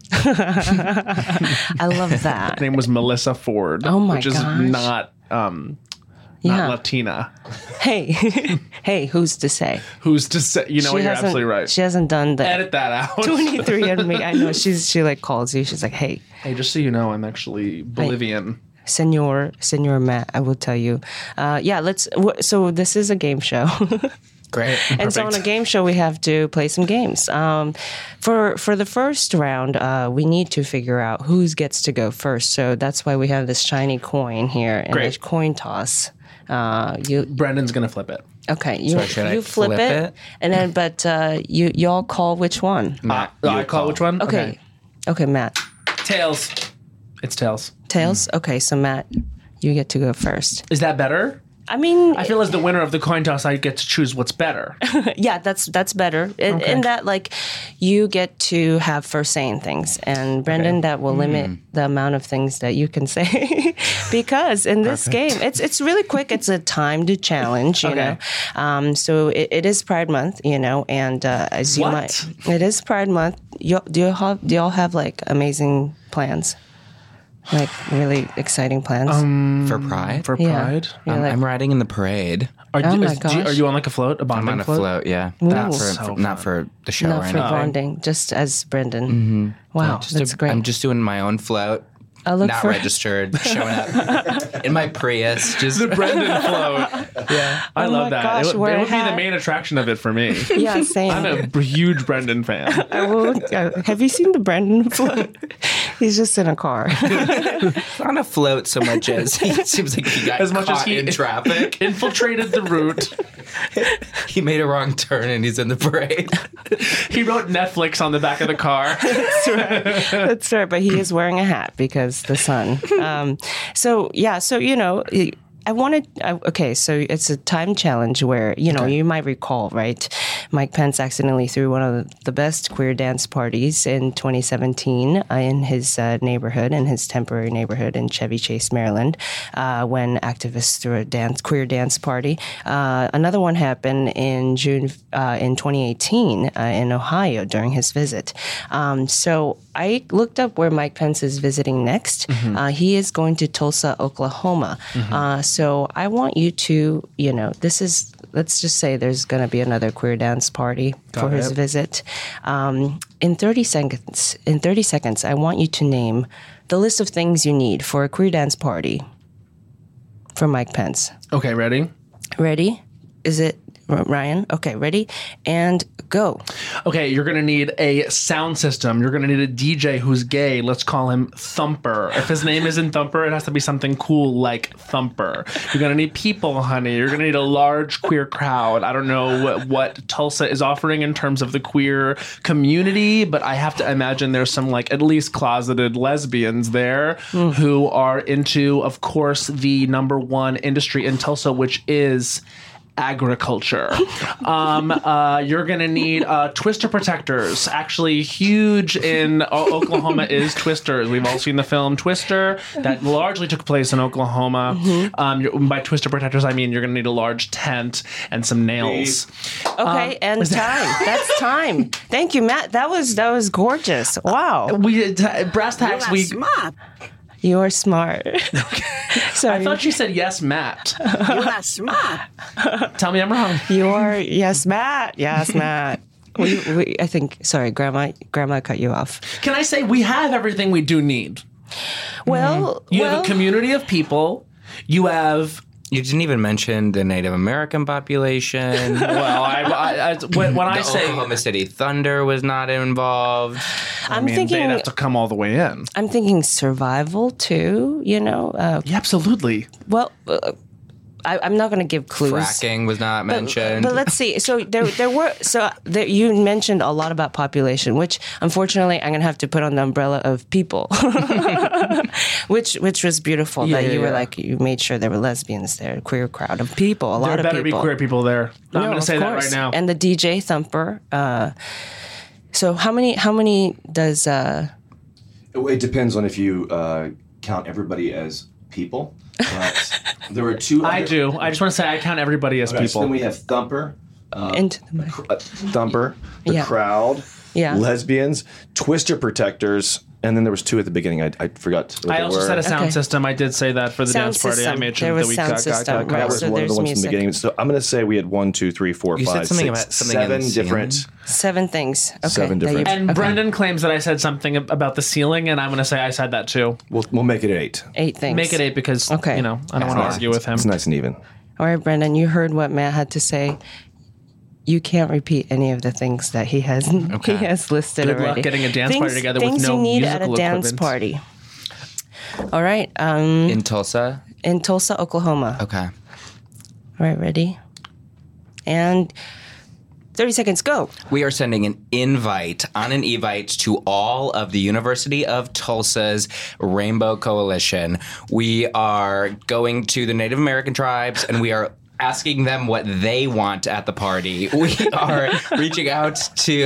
Speaker 2: I love that.
Speaker 4: Her name was Melissa Ford,
Speaker 2: Oh my
Speaker 4: which is
Speaker 2: gosh.
Speaker 4: not um,
Speaker 2: yeah.
Speaker 4: not Latina.
Speaker 2: hey, hey, who's to say?
Speaker 4: Who's to say? You know, what, you're
Speaker 2: hasn't-
Speaker 4: absolutely right.
Speaker 2: She hasn't done the
Speaker 4: Edit that out.
Speaker 2: 23 and me. I know she's, she like calls you. She's like, hey,
Speaker 4: Hey, just so you know, I'm actually Bolivian.
Speaker 2: senor, senor Matt, I will tell you. Uh, yeah, let's, wh- so this is a game show.
Speaker 5: Great.
Speaker 2: And so on a game show, we have to play some games. Um, for for the first round, uh, we need to figure out who gets to go first. So that's why we have this shiny coin here and this
Speaker 4: Great.
Speaker 2: coin toss. Uh, you
Speaker 4: Brendan's gonna flip it.
Speaker 2: okay? You
Speaker 5: should I
Speaker 2: you flip,
Speaker 5: flip
Speaker 2: it,
Speaker 5: it?
Speaker 2: and then but uh, you y'all call which one?
Speaker 4: Uh, I call which one?
Speaker 2: Okay, okay, Matt.
Speaker 4: Tails. It's tails.
Speaker 2: Tails. Okay, so Matt, you get to go first.
Speaker 4: Is that better?
Speaker 2: I mean,
Speaker 4: I feel as the winner of the coin toss, I get to choose what's better.
Speaker 2: yeah, that's that's better. In, in that, like, you get to have first saying things, and Brendan, that will limit the amount of things that you can say, because in this game, it's it's really quick. It's a timed challenge, you
Speaker 4: Okay.
Speaker 2: know. Um, so it, it is Pride Month, you know, and uh, as you
Speaker 4: What?
Speaker 2: might, it is Pride Month. You, do you have do y'all have like amazing plans, like really exciting plans?
Speaker 5: For pride?
Speaker 4: For
Speaker 2: Yeah.
Speaker 4: pride?
Speaker 2: You're
Speaker 5: Um,
Speaker 2: like-
Speaker 5: I'm riding in the parade.
Speaker 4: Are,
Speaker 2: Oh
Speaker 4: you-
Speaker 2: my
Speaker 4: is- do you- are
Speaker 2: gosh.
Speaker 4: you on like a float? A
Speaker 5: I'm
Speaker 4: bonding
Speaker 5: on a
Speaker 4: float?
Speaker 5: float, yeah.
Speaker 4: That's
Speaker 5: Not for,
Speaker 4: so
Speaker 5: not for the show
Speaker 2: not
Speaker 5: right
Speaker 2: for
Speaker 5: now.
Speaker 2: bonding, just as Brendan. Wow,
Speaker 5: Just
Speaker 2: that's
Speaker 5: a-
Speaker 2: great.
Speaker 5: I'm just doing my own float.
Speaker 2: I look
Speaker 5: not
Speaker 2: for-
Speaker 5: registered, showing up in my Prius. Just
Speaker 4: The Brendan float. Yeah,
Speaker 2: Oh my
Speaker 4: I love that.
Speaker 2: gosh,
Speaker 4: it would,
Speaker 2: wear
Speaker 4: it
Speaker 2: a
Speaker 4: would be
Speaker 2: hat.
Speaker 4: the main attraction of it for me.
Speaker 2: Yeah, same.
Speaker 4: I'm a b- huge Brendan fan.
Speaker 2: I will- uh, have you seen the Brendan float? He's just in a car.
Speaker 5: on a float so much as he seems like he got
Speaker 4: As much as
Speaker 5: caught
Speaker 4: he-
Speaker 5: in traffic.
Speaker 4: Infiltrated the route.
Speaker 5: He made a wrong turn and he's in the parade.
Speaker 4: He wrote Netflix on the back of the car.
Speaker 2: That's right, but he is wearing a hat because the sun. Um, so yeah, so you know, I wanted. I, okay, so it's a time challenge where you know you might recall, right? Mike Pence accidentally threw one of the best queer dance parties in 2017 uh, in his uh, neighborhood, in his temporary neighborhood in Chevy Chase, Maryland, uh, when activists threw a dance queer dance party. Uh, another one happened in June uh, in 2018 uh, in Ohio during his visit. Um, so I looked up where Mike Pence is visiting next. Uh, he is going to Tulsa, Oklahoma. Uh, so I want you to, you know, this is, let's just say there's going to be another queer dance party for his visit. Um, in 30 seconds, in 30 seconds, I want you to name the list of things you need for a queer dance party for Mike Pence.
Speaker 4: Okay, ready?
Speaker 2: Ready? Is it R- Ryan? Okay, ready? And go.
Speaker 4: Okay, you're gonna need a sound system. You're gonna need a DJ who's gay. Let's call him Thumper. If his name isn't Thumper, it has to be something cool like Thumper. You're gonna need people, honey. You're gonna need a large queer crowd. I don't know what, what Tulsa is offering in terms of the queer community, but I have to imagine there's some like at least closeted lesbians there who are into, of course, the number one industry in Tulsa, which is agriculture. Um, uh, you're gonna need uh, twister protectors. Actually, huge in O- Oklahoma is twisters. We've all seen the film Twister that largely took place in Oklahoma. Um, you- by twister protectors, I mean you're gonna need a large tent and some nails.
Speaker 2: Okay, and time. That's time. Thank you, Matt. That was that was gorgeous. Wow.
Speaker 4: We t- brass tacks.
Speaker 6: That's
Speaker 4: We.
Speaker 6: smart.
Speaker 2: You are smart. Sorry.
Speaker 4: I thought you said yes, Matt.
Speaker 6: You are smart.
Speaker 4: Tell me I'm wrong.
Speaker 2: you are yes, Matt. Yes, Matt. We, we, I think. Sorry, Grandma. Grandma cut you off.
Speaker 4: Can I say we have everything we do need?
Speaker 2: Well,
Speaker 4: You
Speaker 2: well,
Speaker 4: have a community of people. You have
Speaker 5: You didn't even mention the Native American population. the
Speaker 4: well. I, I, I, when, when I say
Speaker 5: Oklahoma City Thunder was not involved.
Speaker 2: I'm thinking.
Speaker 4: come all the way in.
Speaker 2: I'm thinking survival too. You know. Uh,
Speaker 4: Yeah, absolutely.
Speaker 2: well, uh, I, I'm not going to give clues.
Speaker 5: Fracking was not mentioned.
Speaker 2: But let's see. So there, there were. So there, you mentioned a lot about population, which unfortunately I'm gonna have to put on the umbrella of people, which which was beautiful that
Speaker 4: Yeah,
Speaker 2: you were
Speaker 4: yeah.
Speaker 2: like you made sure there were lesbians there, queer crowd of people, a
Speaker 4: There
Speaker 2: lot of
Speaker 4: better
Speaker 2: people.
Speaker 4: be queer people there. I'm
Speaker 2: No,
Speaker 4: going to
Speaker 2: of
Speaker 4: say that right
Speaker 2: course.
Speaker 4: now.
Speaker 2: And the DJ Thumper. Uh, so how many? How many does? Uh,
Speaker 7: It, it depends on if you uh, count everybody as people. But there were two.
Speaker 4: I
Speaker 7: other-
Speaker 4: do. I just want to say I count everybody as
Speaker 7: Okay, so
Speaker 4: people.
Speaker 7: then we have Thumper,
Speaker 2: into the mic.
Speaker 7: uh, Thumper, the
Speaker 2: Yeah.
Speaker 7: crowd,
Speaker 2: Yeah.
Speaker 7: lesbians, Twister protectors, and then there was two at the beginning. I, I forgot. What
Speaker 4: I
Speaker 7: they
Speaker 4: also
Speaker 7: were.
Speaker 4: said a sound
Speaker 2: Okay.
Speaker 4: system. I did say that for the
Speaker 2: Sound
Speaker 4: dance party. I
Speaker 2: system.
Speaker 4: made sure
Speaker 2: There was
Speaker 4: that we
Speaker 2: sound
Speaker 4: got, got,
Speaker 2: system,
Speaker 4: got, got.
Speaker 7: that
Speaker 2: right.
Speaker 7: was
Speaker 2: so
Speaker 7: one of the
Speaker 2: there's
Speaker 7: ones from the
Speaker 2: music.
Speaker 7: beginning. So I'm going to say we had one, two, three, four,
Speaker 5: said
Speaker 7: five,
Speaker 5: something
Speaker 7: six,
Speaker 5: about something in
Speaker 7: seven
Speaker 5: the ceiling.
Speaker 7: different.
Speaker 2: Seven things. Okay.
Speaker 7: Seven
Speaker 2: that you-
Speaker 7: different-
Speaker 4: And Brendan claims that I said something ab- about the ceiling, and I'm going to say I said that too.
Speaker 7: We'll, we'll make it eight.
Speaker 2: eight things.
Speaker 4: Make it eight because,
Speaker 2: Okay.
Speaker 4: you know, I don't want to argue with him.
Speaker 7: It's nice and even.
Speaker 2: All right, Brendan, you heard what Matt had to say. You can't repeat any of the things that he has he has listed
Speaker 4: Good luck
Speaker 2: already.
Speaker 4: getting a dance party together with
Speaker 2: things
Speaker 4: no
Speaker 2: you need at a
Speaker 4: musical
Speaker 2: dance
Speaker 4: equipment.
Speaker 2: party. All right, um,
Speaker 5: in Tulsa.
Speaker 2: in Tulsa, Oklahoma.
Speaker 5: Okay.
Speaker 2: All right, ready? And thirty seconds. Go.
Speaker 5: We are sending an invite on an evite to all of the University of Tulsa's Rainbow Coalition. We are going to the Native American tribes and we are asking them what they want at the party. We are reaching out to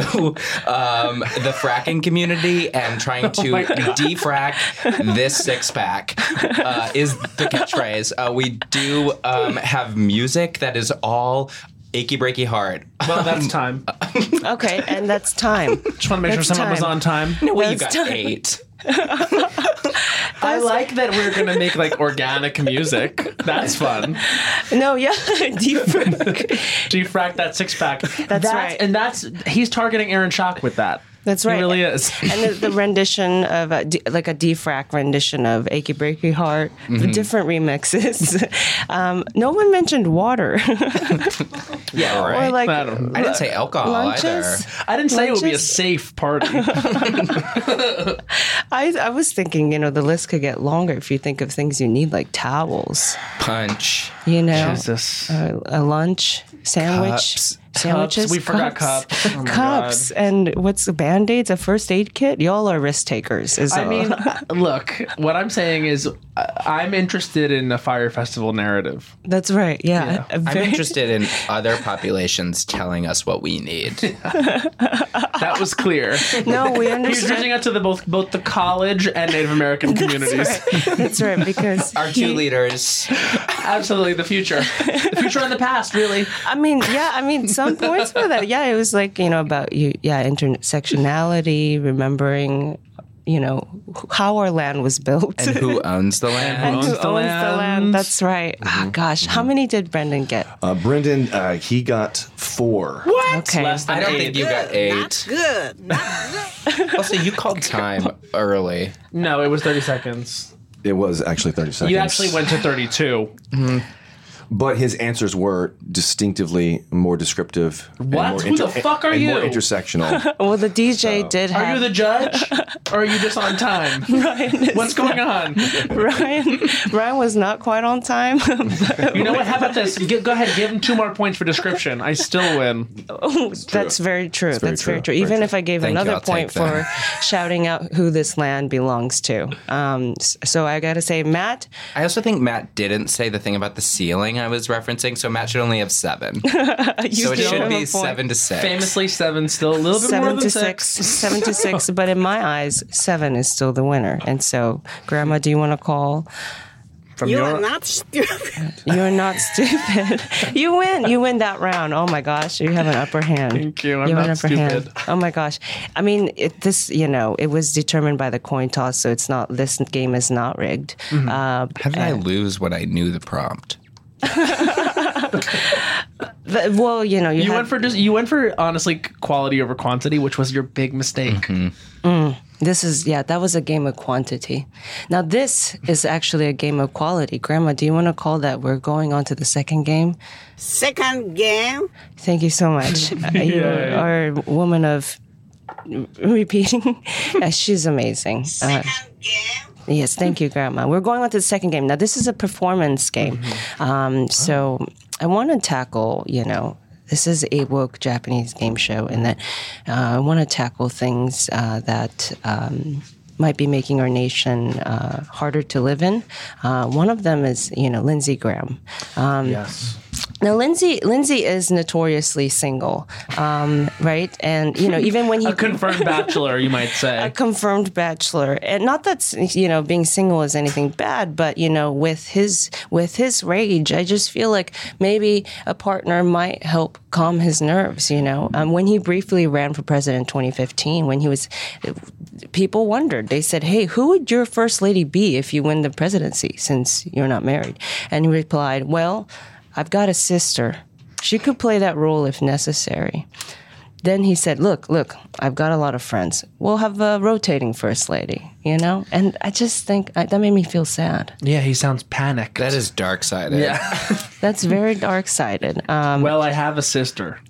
Speaker 5: um, the fracking community and trying to defrack this six pack uh, is the catchphrase. Uh, we do um, have music that is all achy breaky heart.
Speaker 4: Well, that's time. I
Speaker 2: Okay, and that's time.
Speaker 4: just want to make sure
Speaker 2: that's
Speaker 4: someone was
Speaker 2: time.
Speaker 4: on time.
Speaker 5: Well, you got
Speaker 2: That's time.
Speaker 5: eight.
Speaker 4: I like that we're going to make like organic music. That's fun.
Speaker 2: no, yeah, deep.
Speaker 4: Defract that six pack. That's,
Speaker 2: right.
Speaker 4: And that's he's targeting Aaron Shock with that.
Speaker 2: That's right.
Speaker 4: It really uh, is.
Speaker 2: and the, the rendition of a, d- like a defrac rendition of "Achy Breaky Heart,"
Speaker 4: Mm-hmm.
Speaker 2: the different remixes. um, no one mentioned water
Speaker 5: Yeah, right.
Speaker 2: or like
Speaker 4: I don't
Speaker 5: I didn't say alcohol
Speaker 2: lunches.
Speaker 5: either.
Speaker 4: I didn't say it would be a
Speaker 2: Lunches?
Speaker 4: safe party.
Speaker 2: I, I was thinking, you know, the list could get longer if you think of things you need, like towels,
Speaker 5: Punch.
Speaker 2: you know,
Speaker 4: Jesus.
Speaker 2: A, a lunch, sandwich,
Speaker 5: Cups.
Speaker 2: sandwiches,
Speaker 4: Cups. We forgot cups. Oh my
Speaker 2: cups, and what's the band aids, a first aid kit. Y'all are risk takers. Is
Speaker 4: I
Speaker 2: all.
Speaker 4: mean, look, what I'm saying is I- I'm interested in a fire festival narrative.
Speaker 2: that's right. Yeah, A
Speaker 5: I'm
Speaker 2: very-
Speaker 5: interested in other populations telling us what we need.
Speaker 4: That was clear.
Speaker 2: No, we
Speaker 4: He's
Speaker 2: understand.
Speaker 4: reaching out to the both both the college and Native American communities.
Speaker 2: That's right, because
Speaker 5: Our two leaders.
Speaker 4: Absolutely, the future, the future and the past, really.
Speaker 2: I mean, yeah, I mean, some points for that. Yeah, it was like you know about you, yeah, intersectionality, remembering, you know, wh- how our land was built.
Speaker 5: And who owns the land?
Speaker 4: owns
Speaker 2: Who
Speaker 4: the
Speaker 2: owns the land?
Speaker 4: land?
Speaker 2: That's right. Ah, gosh, how many did Brendan get?
Speaker 7: Uh, Brendan, uh, he got four.
Speaker 4: What?
Speaker 2: Okay.
Speaker 4: Less than
Speaker 5: I don't
Speaker 4: eight.
Speaker 5: think you got
Speaker 6: Not
Speaker 5: eight.
Speaker 6: good. Not good.
Speaker 5: Also, you called time early.
Speaker 4: No, it was 30 seconds.
Speaker 7: It was actually 30 seconds.
Speaker 4: You actually went to 32.
Speaker 7: But his answers were distinctively more descriptive. and
Speaker 4: What?
Speaker 7: more
Speaker 4: Who the fuck are
Speaker 7: and More
Speaker 4: you?
Speaker 7: intersectional.
Speaker 2: Well, the DJ did
Speaker 4: Are
Speaker 2: have
Speaker 4: you the judge? Or are you just on time? What's going on?
Speaker 2: Ryan. Ryan was not quite on time.
Speaker 4: You know what? How about this? G- go ahead, give him two more points for description. I still win.
Speaker 2: That's very true.
Speaker 7: very
Speaker 2: That's very true.
Speaker 7: true. Very
Speaker 2: Even
Speaker 7: true.
Speaker 2: if I gave
Speaker 5: Thank you.
Speaker 2: another
Speaker 5: I'll
Speaker 2: point
Speaker 5: take
Speaker 2: for
Speaker 5: that.
Speaker 2: shouting out who this land belongs to. Um, s- so I got to say, Matt,
Speaker 5: I also think Matt didn't say the thing about the ceiling I was referencing, so Matt should only have seven.
Speaker 2: you
Speaker 5: so it
Speaker 2: still
Speaker 5: should
Speaker 2: have a
Speaker 5: be
Speaker 2: point.
Speaker 5: seven to six.
Speaker 4: Famously seven, still a little bit more
Speaker 2: Seven
Speaker 4: than
Speaker 2: to six.
Speaker 4: six.
Speaker 2: Seven to six. But in my eyes, seven is still the winner. And so, Grandma, do you want to call?
Speaker 4: From
Speaker 6: You
Speaker 4: your,
Speaker 6: are not stupid.
Speaker 2: You're not stupid. you win. You win that round. Oh my gosh, you have an upper hand.
Speaker 4: Thank you. I'm
Speaker 2: you have
Speaker 4: not
Speaker 2: an upper hand.
Speaker 4: stupid.
Speaker 2: Oh my gosh. I mean, it, this. You know, it was determined by the coin toss, so it's not. This game is not rigged.
Speaker 4: Mm-hmm.
Speaker 2: Uh,
Speaker 5: How did I lose when I knew the prompt?
Speaker 2: but- well, you know, you,
Speaker 4: you
Speaker 2: had-
Speaker 4: went for just you went for honestly quality over quantity, which was your big mistake.
Speaker 2: This is yeah. That was a game of quantity. Now this is actually a game of quality. Grandma, do you want to call that? We're going on to the second game.
Speaker 6: Second game,
Speaker 2: Thank you so much. Uh, you are a woman of repeating. Yeah, she's amazing. Uh, yes, thank you, Grandma. We're going on to the second game. Now, this is a performance game. Um, so I want to tackle, you know, this is a woke Japanese game show, and that uh, I want to tackle things uh, that. Um, might be making our nation uh, harder to live in. Uh, one of them is, you know, Lindsey Graham.
Speaker 4: Yes.
Speaker 2: Now, Lindsay, Lindsay is notoriously single, um, right? And you know, even when he
Speaker 4: A confirmed bachelor, you might say.
Speaker 2: confirmed bachelor, and not that you know being single is anything bad, but you know, with his with his rage, I just feel like maybe a partner might help calm his nerves. You know, um, when he briefly ran for president in 2015, when he was, people wondered. They said, "Hey, who would your first lady be if you win the presidency? Since you're not married," and he replied, "Well." I've got a sister. She could play that role if necessary. Then he said, Look, look, I've got a lot of friends. We'll have a rotating first lady, you know? And I just think I, that made me feel sad.
Speaker 4: Yeah, he sounds panicked.
Speaker 5: That is dark sided. Yeah.
Speaker 2: That's very dark sided. Um,
Speaker 4: well, I have a sister.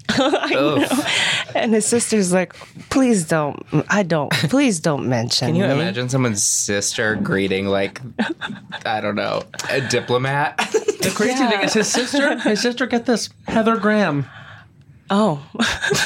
Speaker 2: and his sister's like, Please don't, I don't, please don't mention
Speaker 5: Can you
Speaker 2: me."
Speaker 5: imagine someone's sister greeting like I don't know, a diplomat?
Speaker 4: The crazy thing is his sister. His sister, get this, Heather Graham,
Speaker 2: Oh,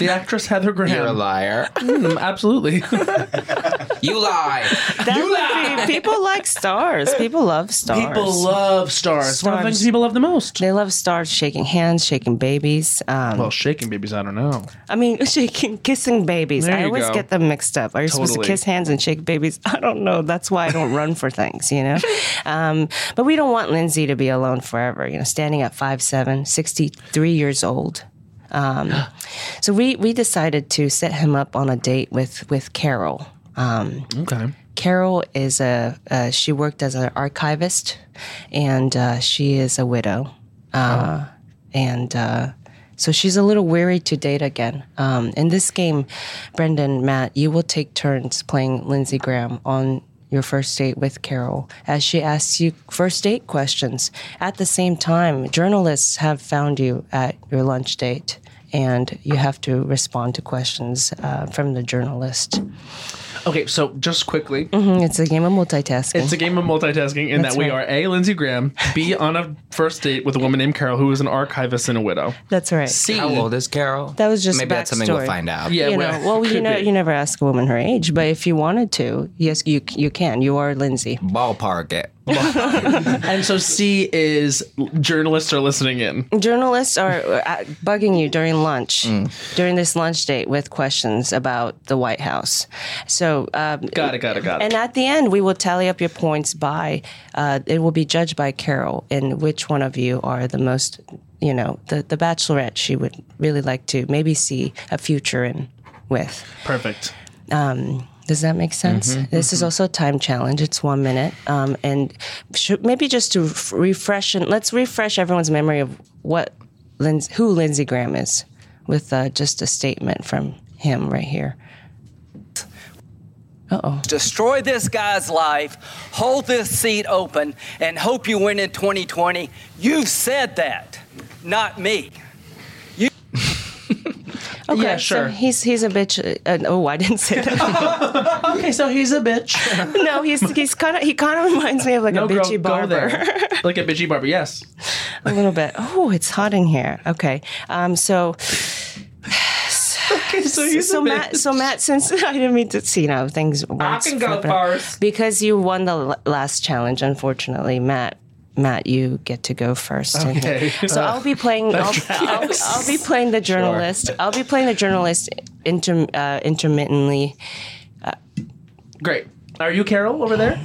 Speaker 4: the actress Heather Graham.
Speaker 5: You're a liar.
Speaker 4: Mm, absolutely.
Speaker 5: You lie.
Speaker 2: that would be, people like stars. People love stars.
Speaker 4: People love stars. It's One of the
Speaker 2: Stars.
Speaker 4: things people love the most.
Speaker 2: they love stars shaking hands, shaking babies. Um,
Speaker 4: Well, shaking babies, I don't know.
Speaker 2: I mean, shaking, kissing babies.
Speaker 4: There
Speaker 2: I
Speaker 4: you
Speaker 2: always
Speaker 4: go.
Speaker 2: get them mixed up. Are you supposed
Speaker 4: Totally.
Speaker 2: to kiss hands and shake babies? I don't know. That's why I don't run for things, you know? Um, but we don't want Lindsay to be alone forever, you know, standing at 5'7, 63 years old. Um, so we, we decided to set him up on a date with, with Carol. Um,
Speaker 4: Okay.
Speaker 2: Carol is a, uh, she worked as an archivist and uh, she is a widow. Uh, And uh, So she's a little weary to date again. Um, in this game, Brendan, Matt, you will take turns playing Lindsey Graham on your first date with Carol as she asks you first date questions. At the same time, journalists have found you at your lunch date. And you have to respond to questions uh, from the journalist.
Speaker 4: Okay, so just quickly,
Speaker 2: Mhm, It's a game of multitasking.
Speaker 4: it's a game of multitasking in
Speaker 2: That's
Speaker 4: that we
Speaker 2: right.
Speaker 4: are A, Lindsey Graham, B, on a first date with a woman named Carol who is an archivist and a widow.
Speaker 2: That's right.
Speaker 4: C,
Speaker 5: How old is Carol?
Speaker 2: That was just
Speaker 5: maybe that's something
Speaker 2: backstory.
Speaker 5: we'll find out.
Speaker 4: Yeah,
Speaker 2: you know,
Speaker 4: well,
Speaker 2: well, you
Speaker 4: could
Speaker 2: know,
Speaker 4: be.
Speaker 2: you never ask a woman her age, but if you wanted to, yes, you you can. You are Lindsay.
Speaker 5: Ballpark it.
Speaker 4: and so C is l- journalists are listening in.
Speaker 2: Journalists are uh, bugging you during lunch, during this lunch date with questions about the White House. So, um,
Speaker 4: Got it, got it, got it.
Speaker 2: and at the end, we will tally up your points by. Uh, it will be judged by Carol in which one of you are the most. You know, the the Bachelorette she would really like to maybe see a future in with.
Speaker 4: Perfect.
Speaker 2: Um, does that make sense? This is also a time challenge. It's one minute, um, and should, maybe just to f- refresh and let's refresh everyone's memory of what Linds- who Lindsey Graham is, with uh, just a statement from him right here.
Speaker 8: destroy this guy's life, hold this seat open, and hope you win in 2020. You've said that, not me.
Speaker 2: Okay,
Speaker 4: Yeah, sure.
Speaker 2: So he's he's a bitch. uh, Uh, oh, I didn't say that.
Speaker 4: Okay, so he's a bitch.
Speaker 2: no, he's he's kind of he kind of reminds me of like a bitchy barber.
Speaker 4: like a bitchy barber, yes.
Speaker 2: a little bit. Oh, it's hot in here. Okay. Um, so.
Speaker 4: Okay, so
Speaker 2: So, Matt, so Matt, since I didn't mean to, see, you know, things.
Speaker 4: I can go first.
Speaker 2: because you won the l- last challenge. Unfortunately, Matt, Matt, you get to go first.
Speaker 4: Okay.
Speaker 2: So I'll be playing. I'll, I'll, I'll be playing the journalist. I'll be playing the journalist inter, uh, intermittently.
Speaker 4: Great. Are you Carol over there?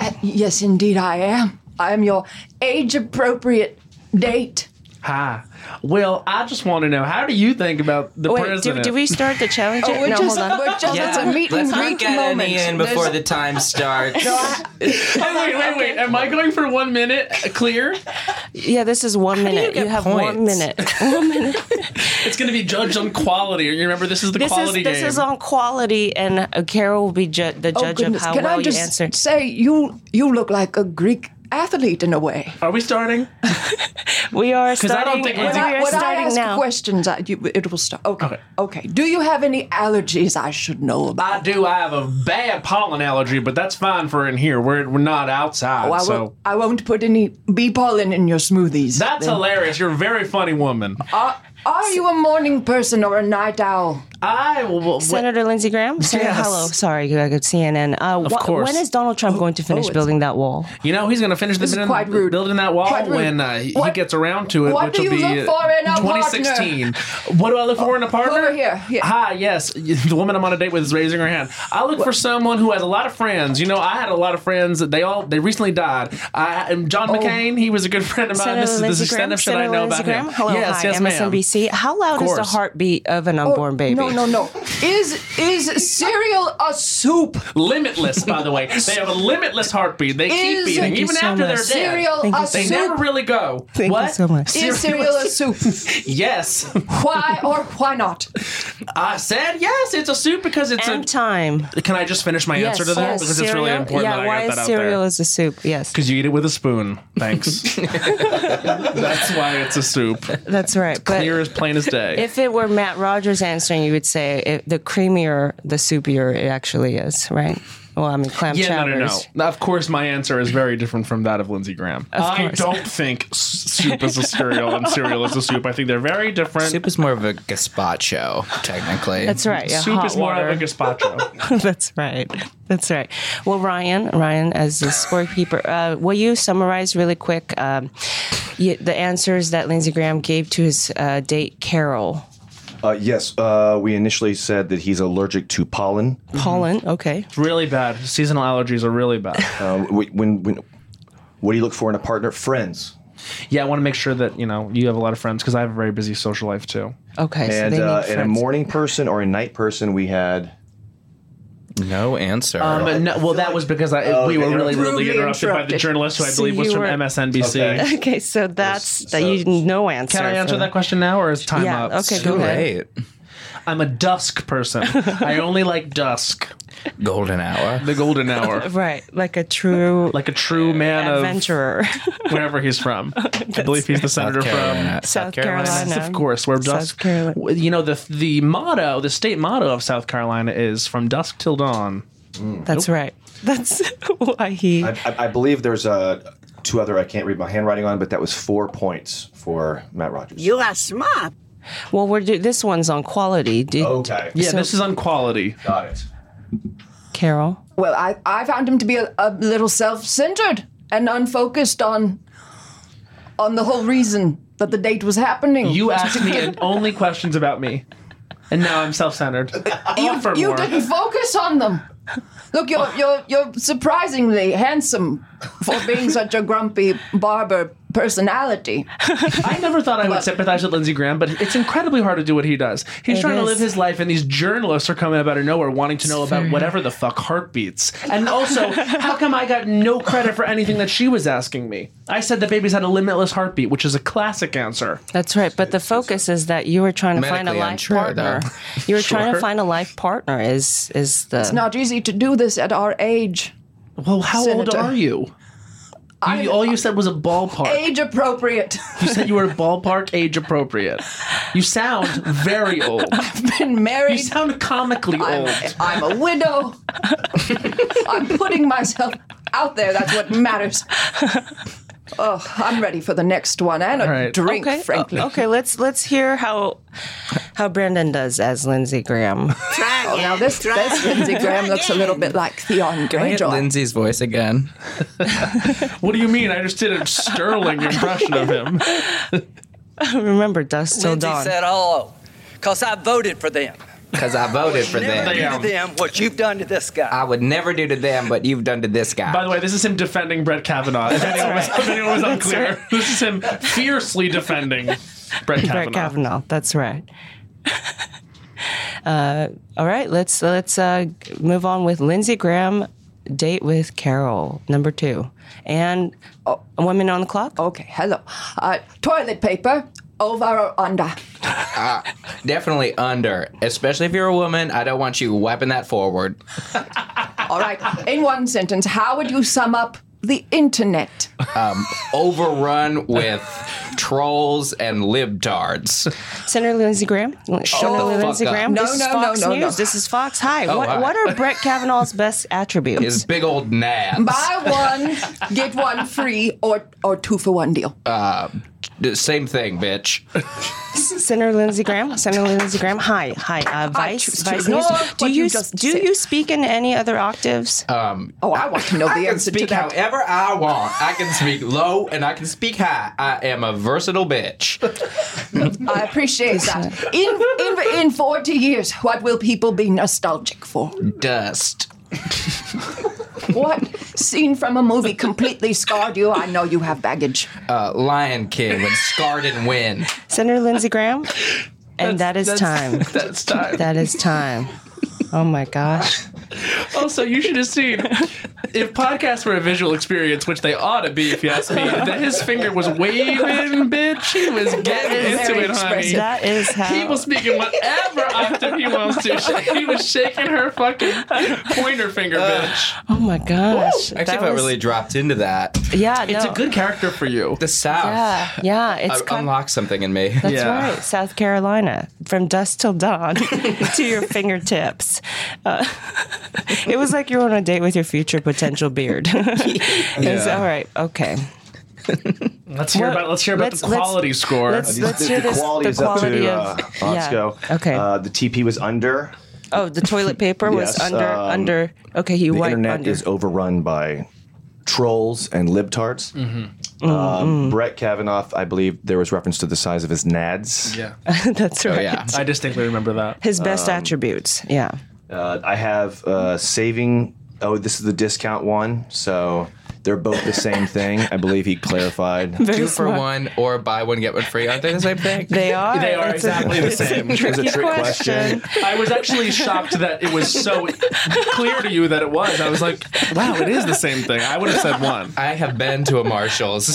Speaker 9: Uh, Yes, indeed, I am. I am your age appropriate date.
Speaker 4: Hi. Well, I just want to know how do you think about the
Speaker 2: Wait, do,
Speaker 4: president?
Speaker 2: do we start the challenge? yet?
Speaker 9: we're
Speaker 2: no,
Speaker 9: just,
Speaker 2: hold on.
Speaker 9: We're just, It's a meet
Speaker 5: Let's
Speaker 9: and
Speaker 5: not
Speaker 9: greet
Speaker 5: get
Speaker 9: moment.
Speaker 5: any in before
Speaker 9: There's-
Speaker 5: the time starts.
Speaker 4: Oh, wait, wait, wait. Am I going for one minute uh, clear?
Speaker 2: Yeah, this is one minute. You,
Speaker 5: get
Speaker 2: have one
Speaker 5: points?
Speaker 2: minute. One minute.
Speaker 4: It's going to be judged on quality. You remember, this is the
Speaker 2: This is
Speaker 4: quality
Speaker 2: this
Speaker 4: game.
Speaker 2: is on quality, and uh, Carol will be ju- the
Speaker 9: Oh,
Speaker 2: judge of
Speaker 9: goodness.
Speaker 2: how
Speaker 9: Can
Speaker 2: well
Speaker 9: I just
Speaker 2: you answered.
Speaker 9: say you you look like a Greek athlete in a way?
Speaker 4: Are we starting?
Speaker 2: We are
Speaker 4: I
Speaker 2: starting.
Speaker 4: don't think
Speaker 2: we
Speaker 4: Lindsay-
Speaker 9: I,
Speaker 2: are
Speaker 9: when I
Speaker 2: starting
Speaker 9: ask
Speaker 2: now.
Speaker 9: questions, I, you, it will start. Okay.
Speaker 4: Okay.
Speaker 9: okay. Do you have any allergies I should know about?
Speaker 4: I do. I have a bad pollen allergy, but that's fine for in here. We're, we're not outside,
Speaker 9: Oh, I,
Speaker 4: so.
Speaker 9: won't, I won't put any bee pollen in your smoothies.
Speaker 4: That's
Speaker 9: then.
Speaker 4: hilarious. You're a very funny woman.
Speaker 9: Are, Uh, are you a morning person or a night owl?
Speaker 4: I will.
Speaker 2: Senator Lindsey Graham. Say
Speaker 4: Yes.
Speaker 2: hello. Sorry, I got CNN. Uh, wh-
Speaker 4: course. Oh,
Speaker 2: When is Donald Trump going to finish
Speaker 9: it's-
Speaker 2: building that wall?
Speaker 4: You know, he's going to finish the
Speaker 9: is
Speaker 4: building,
Speaker 9: quite rude.
Speaker 4: building that wall
Speaker 9: Quite rude.
Speaker 4: when uh, he he
Speaker 9: What-
Speaker 4: gets around to it,
Speaker 9: what
Speaker 4: which
Speaker 9: do
Speaker 4: will
Speaker 9: you
Speaker 4: be
Speaker 9: look for in a Uh,
Speaker 4: 2016. What do I look for in a partner?
Speaker 9: Over here, here.
Speaker 4: Hi, yes. The woman I'm on a date with is raising her hand. I look for someone who has a lot of friends. You know, I had a lot of friends. They all they recently died. I, and
Speaker 9: Oh.
Speaker 4: John McCain, he was a good friend of mine.
Speaker 2: Senator
Speaker 4: this is the
Speaker 2: Lindsey
Speaker 4: extent
Speaker 2: Graham.
Speaker 4: of shit I
Speaker 2: Senator
Speaker 4: know
Speaker 2: Lindsey
Speaker 4: about
Speaker 2: Graham.
Speaker 4: him.
Speaker 2: Hello,
Speaker 4: yes,
Speaker 2: hi,
Speaker 4: yes, ma'am.
Speaker 2: MSNBC. How loud is the
Speaker 4: course. Oh,
Speaker 2: heartbeat of an unborn baby?
Speaker 9: No, no, no. Is is cereal a soup?
Speaker 4: Limitless, by the way. They have a limitless heartbeat. They keep
Speaker 9: Is-
Speaker 4: beating
Speaker 9: Thank
Speaker 2: you
Speaker 4: even
Speaker 2: so
Speaker 4: after
Speaker 2: much.
Speaker 4: they're dead.
Speaker 9: Cereal
Speaker 2: Thank you
Speaker 9: a
Speaker 2: so
Speaker 4: They
Speaker 9: soup?
Speaker 4: never really go.
Speaker 2: Thank you
Speaker 4: what?
Speaker 2: so much.
Speaker 9: is cereal a soup?
Speaker 4: Yes.
Speaker 9: Why or why not?
Speaker 4: I said yes. It's a soup because it's
Speaker 2: And
Speaker 4: a.
Speaker 2: time.
Speaker 4: Can I just finish my answer to that?
Speaker 2: Yes,
Speaker 4: because it's really
Speaker 2: cereal.
Speaker 4: important
Speaker 2: Yeah,
Speaker 4: that
Speaker 2: why
Speaker 4: I got
Speaker 2: is
Speaker 4: that
Speaker 2: cereal
Speaker 4: out there.
Speaker 2: is a soup? Yes,
Speaker 4: Because you eat it with a spoon. Thanks. That's why it's a soup.
Speaker 2: that's right. But
Speaker 4: Clear as plain as day.
Speaker 2: if it were Matt Rogers answering, you would say it, the creamier, the soupier it actually is, right? Well, I mean, clam
Speaker 4: yeah,
Speaker 2: chowders.
Speaker 4: no, no, no. Of course, my answer is very different from that of Lindsey Graham. I
Speaker 2: course.
Speaker 4: don't think s- soup is a cereal and cereal is a soup. I think they're very different.
Speaker 5: Soup is more of a gazpacho, technically.
Speaker 2: That's right. Yeah,
Speaker 4: Soup
Speaker 2: hot
Speaker 4: is more
Speaker 2: water.
Speaker 4: of a gazpacho.
Speaker 2: That's right. That's right. Well, Ryan, Ryan, as the scorekeeper, uh, will you summarize really quick um, y the answers that Lindsey Graham gave to his uh, date Carol
Speaker 7: Uh, yes, uh, we initially said that he's allergic to pollen.
Speaker 2: Pollen? Okay.
Speaker 4: It's really bad. Seasonal allergies are really bad.
Speaker 7: Um, wh- when, when, what do you look for in a partner? Friends.
Speaker 4: yeah, I want to make sure that you know you have a lot of friends because I have a very busy social life too.
Speaker 2: Okay. so
Speaker 7: And,
Speaker 2: they
Speaker 7: uh,
Speaker 2: need
Speaker 7: and a
Speaker 2: friends.
Speaker 7: morning person or a night person, we had
Speaker 5: No answer.
Speaker 4: Um, but no, well, that was because I,
Speaker 5: Oh,
Speaker 4: we
Speaker 5: they
Speaker 4: were really
Speaker 5: interrupted.
Speaker 4: rudely
Speaker 5: Rudely
Speaker 4: interrupted by the
Speaker 5: interrupted.
Speaker 4: journalist who I
Speaker 2: So
Speaker 4: believe was
Speaker 2: you
Speaker 4: from
Speaker 2: were-
Speaker 4: MSNBC.
Speaker 2: Okay, so that's that you no answer.
Speaker 4: Can I answer that question now, or is time
Speaker 2: Yeah,
Speaker 4: up?
Speaker 2: okay, go Too ahead. late.
Speaker 4: I'm a dusk person. I only like dusk.
Speaker 5: Golden hour.
Speaker 4: The golden hour.
Speaker 2: Right, like a true,
Speaker 4: like a true man of-
Speaker 2: adventurer.
Speaker 4: Wherever he's from, I believe he's the senator
Speaker 5: Carolina.
Speaker 4: from
Speaker 2: South Carolina. Carolina.
Speaker 4: Of course, where
Speaker 2: South
Speaker 4: dusk. You know the the motto, the state motto of South Carolina is "From dusk till dawn."
Speaker 2: That's right. That's why he.
Speaker 7: I, I, I believe there's uh, two other I can't read my handwriting on, but that was four points for Matt Rogers.
Speaker 2: You are smart. Well, we're do- this one's on quality. Dude.
Speaker 7: Okay.
Speaker 4: Yeah,
Speaker 2: So-
Speaker 4: this is on quality.
Speaker 7: Got it.
Speaker 2: Carol.
Speaker 9: Well, I, I found him to be a, a little self-centered and unfocused on on the whole reason that the date was happening.
Speaker 4: You asked me and only questions about me, and now I'm self-centered. You, for
Speaker 9: you
Speaker 4: more.
Speaker 9: didn't focus on them. Look, you're you're you're surprisingly handsome for being such a grumpy barber personality.
Speaker 4: I never thought I would sympathize with Lindsey Graham, but it's incredibly hard to do what he does. He's
Speaker 9: It
Speaker 4: trying to
Speaker 9: is.
Speaker 4: live his life, and these journalists are coming up out of nowhere wanting to know about
Speaker 9: fair.
Speaker 4: whatever the fuck heartbeats. And also, how come I got no credit for anything that she was asking me? I said the baby's had a limitless heartbeat, which is a classic answer.
Speaker 2: That's right. But the focus is that you were trying to find a
Speaker 4: Medically
Speaker 2: life
Speaker 4: untrue,
Speaker 2: partner.
Speaker 4: though.
Speaker 2: You were trying to
Speaker 4: Sure.
Speaker 2: find a life partner. Is is the
Speaker 9: It's not easy to do this at our age.
Speaker 4: Well, how old
Speaker 9: Senator.
Speaker 4: are you? you all you said was a ballpark.
Speaker 9: Age appropriate.
Speaker 4: You said you were ballpark age appropriate. You sound very old.
Speaker 9: I've been married. You
Speaker 4: sound comically
Speaker 9: I'm,
Speaker 4: old.
Speaker 9: I'm a widow. I'm putting myself out there. That's what matters. Oh, I'm ready for the next one and a drink,
Speaker 2: Okay.
Speaker 9: frankly.
Speaker 2: uh, okay, let's let's hear how how Brandon does as Lindsey Graham.
Speaker 9: Oh, now this, this Lindsey Graham looks a little bit like Theon
Speaker 5: Can I get
Speaker 9: Greyjoy.
Speaker 5: Lindsay's voice again?
Speaker 4: what do you mean? I just did a sterling impression of him.
Speaker 2: Remember, dusk till
Speaker 8: Lindsay
Speaker 2: dawn.
Speaker 8: said hello because I voted for them.
Speaker 5: Because I voted for
Speaker 8: Never do to
Speaker 5: them.
Speaker 8: them what you've done to this guy.
Speaker 5: I would never do to them, but you've done to this guy.
Speaker 4: By the way, this is him defending Brett Kavanaugh. If anyone was, if anyone was unclear, this is him fiercely defending Brett Kavanaugh.
Speaker 2: Brett Kavanaugh. That's right. uh, all right, let's let's uh, move on with Lindsey Graham date with Carol number two, and oh, women on the clock.
Speaker 9: Okay, hello. Uh, toilet paper, over or under?
Speaker 5: Uh, definitely under. Especially if you're a woman, I don't want you wiping that forward.
Speaker 9: All right, in one sentence, how would you sum up the internet?
Speaker 5: Um, overrun with trolls and libtards.
Speaker 2: Senator Lindsey Graham. Senator
Speaker 5: Oh, the fuck
Speaker 2: Lindsey
Speaker 5: up.
Speaker 2: Graham.
Speaker 5: No,
Speaker 2: this is
Speaker 5: no,
Speaker 2: Fox
Speaker 5: no, no, no.
Speaker 2: News. This is Fox. Hi.
Speaker 5: Oh,
Speaker 2: what,
Speaker 5: hi.
Speaker 2: what are Brett Kavanaugh's best attributes?
Speaker 5: His big old nab.
Speaker 9: Buy one, get one free, or, or two for one deal.
Speaker 5: Uh, d- same thing, bitch.
Speaker 2: Senator Lindsey Graham. Senator Lindsey Graham. Hi. Hi. Uh, Vice.
Speaker 9: choose to
Speaker 2: Vice
Speaker 9: ignore
Speaker 2: News.
Speaker 9: what
Speaker 2: Do
Speaker 9: you
Speaker 2: you,
Speaker 9: just
Speaker 2: do you speak in any other octaves?
Speaker 5: Um,
Speaker 9: oh, I want to know
Speaker 5: I
Speaker 9: the
Speaker 5: can
Speaker 9: answer to
Speaker 5: speak
Speaker 9: that.
Speaker 5: however I want. I can speak low and I can speak high. I am a versatile bitch.
Speaker 9: I appreciate that. In, in, in 40 years, what will people be nostalgic for?
Speaker 5: Dust.
Speaker 9: What scene from a movie completely scarred you? I know you have baggage.
Speaker 5: Uh, Lion King when scarred and win.
Speaker 2: Senator Lindsey Graham. And that is
Speaker 4: That's-
Speaker 2: time.
Speaker 4: That's time.
Speaker 2: That is time. Oh my gosh.
Speaker 4: Also, you should have seen if podcasts were a visual experience, which they ought to be, if you ask me. That his finger was waving, bitch. He was getting
Speaker 2: is very
Speaker 4: into it, honey.
Speaker 2: expressive. That is how-
Speaker 4: he was speaking whatever octave he wants to. He was shaking her fucking pointer finger, bitch.
Speaker 2: Oh my gosh.
Speaker 5: Actually, if I really dropped into that,
Speaker 2: Yeah,
Speaker 4: It's
Speaker 2: no.
Speaker 4: a good character for you.
Speaker 5: The South.
Speaker 2: Yeah, yeah, it's
Speaker 5: Uh,
Speaker 2: kind-
Speaker 5: unlocked something in me.
Speaker 2: That's right. South Carolina, from dusk till dawn to your fingertips. Uh, it was like you were on a date with your future potential beard. It's-
Speaker 4: Yeah.
Speaker 2: all right. Okay.
Speaker 4: Let's hear
Speaker 2: Well,
Speaker 4: about let's hear about
Speaker 2: let's-
Speaker 4: the
Speaker 2: let's-
Speaker 4: quality score.
Speaker 2: let's-
Speaker 7: Uh, The-
Speaker 2: let's
Speaker 7: the,
Speaker 2: hear
Speaker 7: the
Speaker 2: this-
Speaker 7: quality
Speaker 2: the
Speaker 7: is
Speaker 2: quality
Speaker 7: up
Speaker 2: of-
Speaker 7: to uh,
Speaker 2: yeah.
Speaker 7: Otzko.
Speaker 2: Okay.
Speaker 7: Uh, the TP was under.
Speaker 2: Oh, the toilet paper was
Speaker 7: Yes,
Speaker 2: under
Speaker 7: um,
Speaker 2: under. Okay, he
Speaker 7: the
Speaker 2: wiped
Speaker 7: internet
Speaker 2: under.
Speaker 7: is overrun by trolls and libtards.
Speaker 2: Mm-hmm.
Speaker 7: Um, Brett Kavanaugh, I believe there was reference to the size of his nads.
Speaker 4: yeah.
Speaker 2: That's right.
Speaker 4: I distinctly remember that.
Speaker 2: His best
Speaker 7: Oh, Um,
Speaker 2: attributes. Yeah.
Speaker 7: Uh, I have uh, saving. Oh, this is the discount one. So They're both the same thing. I believe he clarified.
Speaker 5: Very Two for smart. one or buy one get one free. Aren't they the same thing?
Speaker 2: They are.
Speaker 4: They are exactly the same.
Speaker 7: It was a trick question.
Speaker 4: I was actually shocked that it was so clear to you that it was. I was like, wow, it is the same thing. I would have said one.
Speaker 5: I have been to a Marshalls.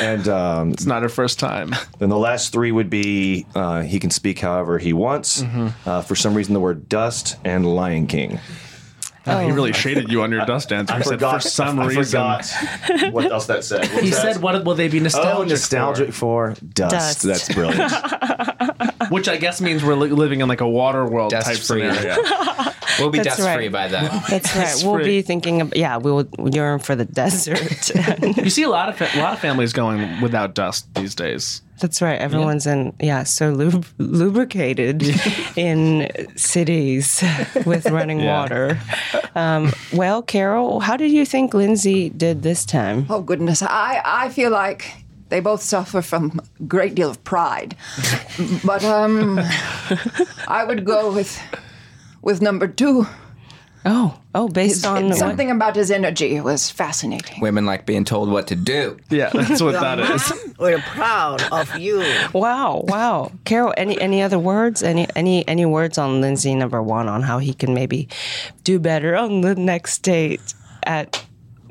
Speaker 7: And um, it's
Speaker 4: not her first time.
Speaker 7: Then the last three would be uh, he can speak however he wants. Uh, for some reason, the word dust and Lion King.
Speaker 4: Oh, he really shaded you on your dust answer. He said, for some
Speaker 7: I
Speaker 4: reason.
Speaker 7: forgot what else that said. What
Speaker 4: He
Speaker 7: was that?
Speaker 4: said, what will they be
Speaker 7: oh,
Speaker 4: nostalgic,
Speaker 7: nostalgic for,
Speaker 2: Dust.
Speaker 7: dust. That's brilliant.
Speaker 4: for? Which I guess means we're li- living in like a water world type
Speaker 5: Dust-free.
Speaker 4: scenario.
Speaker 5: We'll be
Speaker 2: That's
Speaker 5: dust free
Speaker 2: right.
Speaker 5: by then.
Speaker 2: That's right. We'll be thinking, of, yeah, we'll yearn for the desert.
Speaker 4: you see a lot of fa- a lot of families going without dust these days.
Speaker 2: That's right. Everyone's in, yeah, so lub- lubricated in cities with running
Speaker 4: Yeah.
Speaker 2: water. Um, well, Carol, how did you think Lindsay did this time?
Speaker 9: Oh goodness, I I feel like they both suffer from a great deal of pride, but um, I would go with with number two.
Speaker 2: Oh, oh, based
Speaker 9: His-
Speaker 2: on what?
Speaker 9: something about his energy was fascinating.
Speaker 5: Women like being told what to do.
Speaker 4: Yeah, that's what that is.
Speaker 6: We're proud of you.
Speaker 2: Wow, wow, Carol. Any any other words? Any any any words on Lindsay number one on how he can maybe do better on the next date at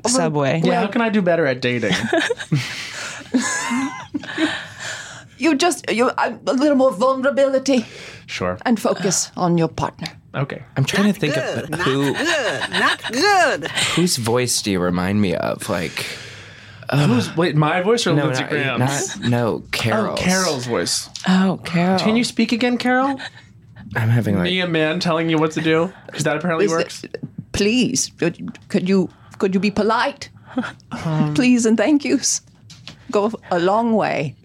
Speaker 2: Subway?
Speaker 4: Yeah, how can I do better at dating?
Speaker 9: You just you a little more vulnerability
Speaker 4: Sure.
Speaker 9: and focus on your partner.
Speaker 4: Okay.
Speaker 5: I'm trying to think
Speaker 6: Good,
Speaker 5: of
Speaker 6: not
Speaker 5: who
Speaker 6: good, not good.
Speaker 5: whose voice do you remind me of? Like
Speaker 4: Who's wait? My voice or Lindsey
Speaker 5: not,
Speaker 4: Graham's?
Speaker 5: not- no,
Speaker 4: Oh,
Speaker 5: Carol's.
Speaker 4: Carol's voice.
Speaker 2: Oh, Carol.
Speaker 4: Can you speak again, Carol?
Speaker 5: I'm having like
Speaker 4: Be a man telling you what to do? 'Cause that apparently
Speaker 9: Is
Speaker 4: works.
Speaker 9: it- please, could could you could you be polite? please and thank yous go a long way.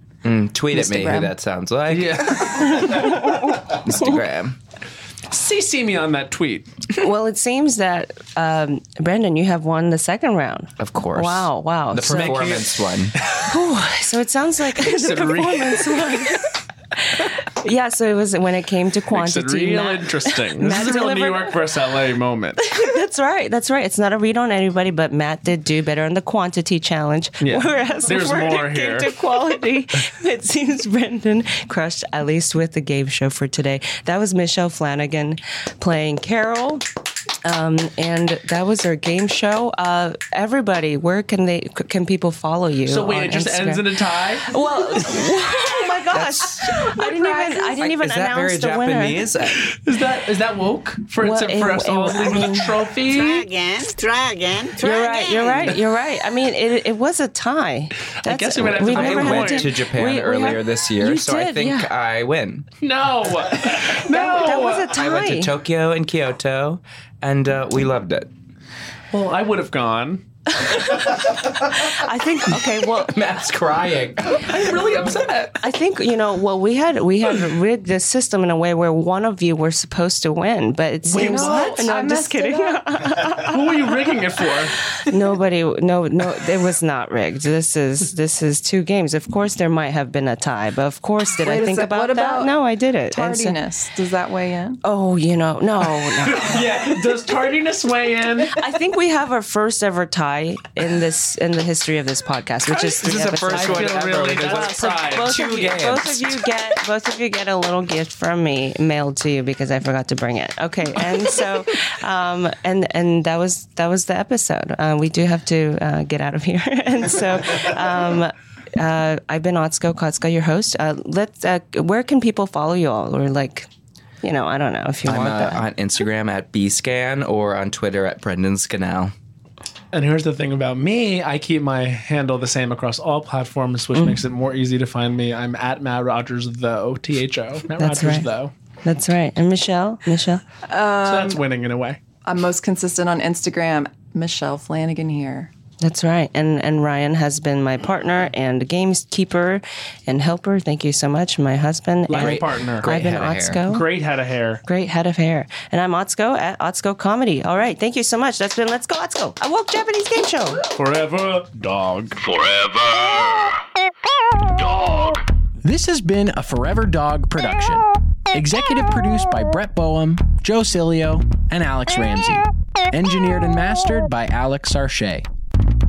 Speaker 5: tweet at me who
Speaker 9: Instagram.
Speaker 5: that sounds like.
Speaker 4: yeah.
Speaker 5: Instagram.
Speaker 4: CC me on that tweet.
Speaker 2: Well, it seems that um, Brandon, you have won the second round.
Speaker 5: Of course.
Speaker 2: Wow, wow.
Speaker 5: The
Speaker 2: so,
Speaker 5: performance one.
Speaker 2: so it sounds like the
Speaker 4: it re-
Speaker 2: performance was. yeah, so it was when it came to
Speaker 4: It's
Speaker 2: quantity.
Speaker 4: real
Speaker 2: not-
Speaker 4: interesting. This is a real New
Speaker 2: delivered-
Speaker 4: York versus LA moment.
Speaker 2: that's right. That's right. It's not a read on anybody, but Matt did do better on the quantity challenge.
Speaker 4: Yeah.
Speaker 2: Whereas
Speaker 4: There's
Speaker 2: when
Speaker 4: more
Speaker 2: it
Speaker 4: here.
Speaker 2: came to quality, it seems Brendan crushed, at least with the game show for today. That was Michelle Flanagan playing Carol. Um, and that was our game show. Uh, everybody, where can they c- can people follow you?
Speaker 4: So wait,
Speaker 2: on
Speaker 4: it just
Speaker 2: Instagram?
Speaker 4: ends in a tie?
Speaker 2: well. oh my gosh! I didn't even I didn't even
Speaker 5: Is
Speaker 2: announce
Speaker 5: that very
Speaker 2: the winner.
Speaker 5: Japanese?
Speaker 4: Is that is that woke for
Speaker 2: Well,
Speaker 4: it's for
Speaker 2: it-
Speaker 4: us all
Speaker 2: it-
Speaker 4: to leave
Speaker 2: I
Speaker 4: with
Speaker 2: mean-
Speaker 4: a trophy?
Speaker 6: Try again, try again, try
Speaker 2: You're
Speaker 6: again.
Speaker 2: right. You're right. You're right. I mean, it, it was a tie. That's,
Speaker 4: guess you're gonna have
Speaker 2: we
Speaker 4: to
Speaker 5: I
Speaker 4: Never
Speaker 2: never
Speaker 4: had
Speaker 5: went
Speaker 4: to-
Speaker 5: to Japan
Speaker 2: we- we
Speaker 5: earlier
Speaker 2: had-
Speaker 5: this year,
Speaker 2: You
Speaker 5: so I
Speaker 2: did,
Speaker 5: think
Speaker 2: yeah.
Speaker 5: I win.
Speaker 4: No. no.
Speaker 2: that, that was a tie.
Speaker 5: I went to Tokyo and Kyoto, and uh, we loved it.
Speaker 4: well, I would have gone.
Speaker 2: I think. Okay. Well,
Speaker 5: Matt's crying.
Speaker 4: I'm really upset.
Speaker 2: I think you know. Well, we had we had rigged this system in a way where one of you were supposed to win, but it seems
Speaker 4: what?
Speaker 2: no.
Speaker 9: I
Speaker 2: I'm just
Speaker 9: messed it
Speaker 2: kidding.
Speaker 4: Who were you rigging it for?
Speaker 2: Nobody. No. No. It was not rigged. This is this is two games. Of course, there might have been a tie, but of course, did
Speaker 9: Wait
Speaker 2: I
Speaker 9: a
Speaker 2: think
Speaker 9: sec,
Speaker 2: about
Speaker 9: what
Speaker 2: that?
Speaker 9: about
Speaker 2: no, I did it. And so-
Speaker 9: Tardiness does that weigh in?
Speaker 2: oh, you know, no, no.
Speaker 4: Yeah. Does tardiness weigh in?
Speaker 2: I think we have our first ever tie in this in the history of this podcast, which is
Speaker 5: This
Speaker 2: three
Speaker 5: is the
Speaker 2: episodes.
Speaker 5: first
Speaker 4: I
Speaker 5: one
Speaker 4: feel
Speaker 5: ever.
Speaker 4: really
Speaker 5: because
Speaker 4: bad.
Speaker 5: it's-
Speaker 2: So
Speaker 4: Pride.
Speaker 2: both,
Speaker 5: Two
Speaker 2: of you,
Speaker 5: games.
Speaker 2: both of you get both of you get a little gift from me mailed to you because I forgot to bring it. Okay, and so um, and and that was that was the episode. Uh, we do have to uh, get out of here, and so. Um, uh, I've been Otsko Kotska, your host. Uh, let's. Uh, where can people follow you all, or like, you know, I don't know if you
Speaker 5: I'm
Speaker 2: want
Speaker 5: uh,
Speaker 2: that.
Speaker 5: on Instagram at bscan or on Twitter at Brendan Scannell.
Speaker 4: And here's the thing about me I keep my handle the same across all platforms, which makes it more easy to find me. I'm at Matt Rogers, though. T H O. Matt
Speaker 2: That's
Speaker 4: Rogers,
Speaker 2: right.
Speaker 4: though.
Speaker 2: That's right. And Michelle, Michelle.
Speaker 4: So that's winning in a way.
Speaker 9: I'm most consistent on Instagram. Michelle Flanagan here.
Speaker 2: That's right. And and Ryan has been my partner and gamekeeper and helper. Thank you so much. My husband
Speaker 4: Life
Speaker 2: and
Speaker 4: partner.
Speaker 2: I've been
Speaker 5: head of hair.
Speaker 2: Otsko. Great.
Speaker 4: Great head of hair.
Speaker 2: head of hair. And I'm Otsko at Otsko Comedy. All right. Thank you so much. That's been Let's Go Otsko. I woke Japanese game show.
Speaker 4: Forever dog.
Speaker 1: Forever. Dog.
Speaker 10: This has been a Forever Dog production. Executive produced by Brett Boehm, Joe Cilio, and Alex Ramsey.
Speaker 4: Engineered and mastered by Alex Sarche.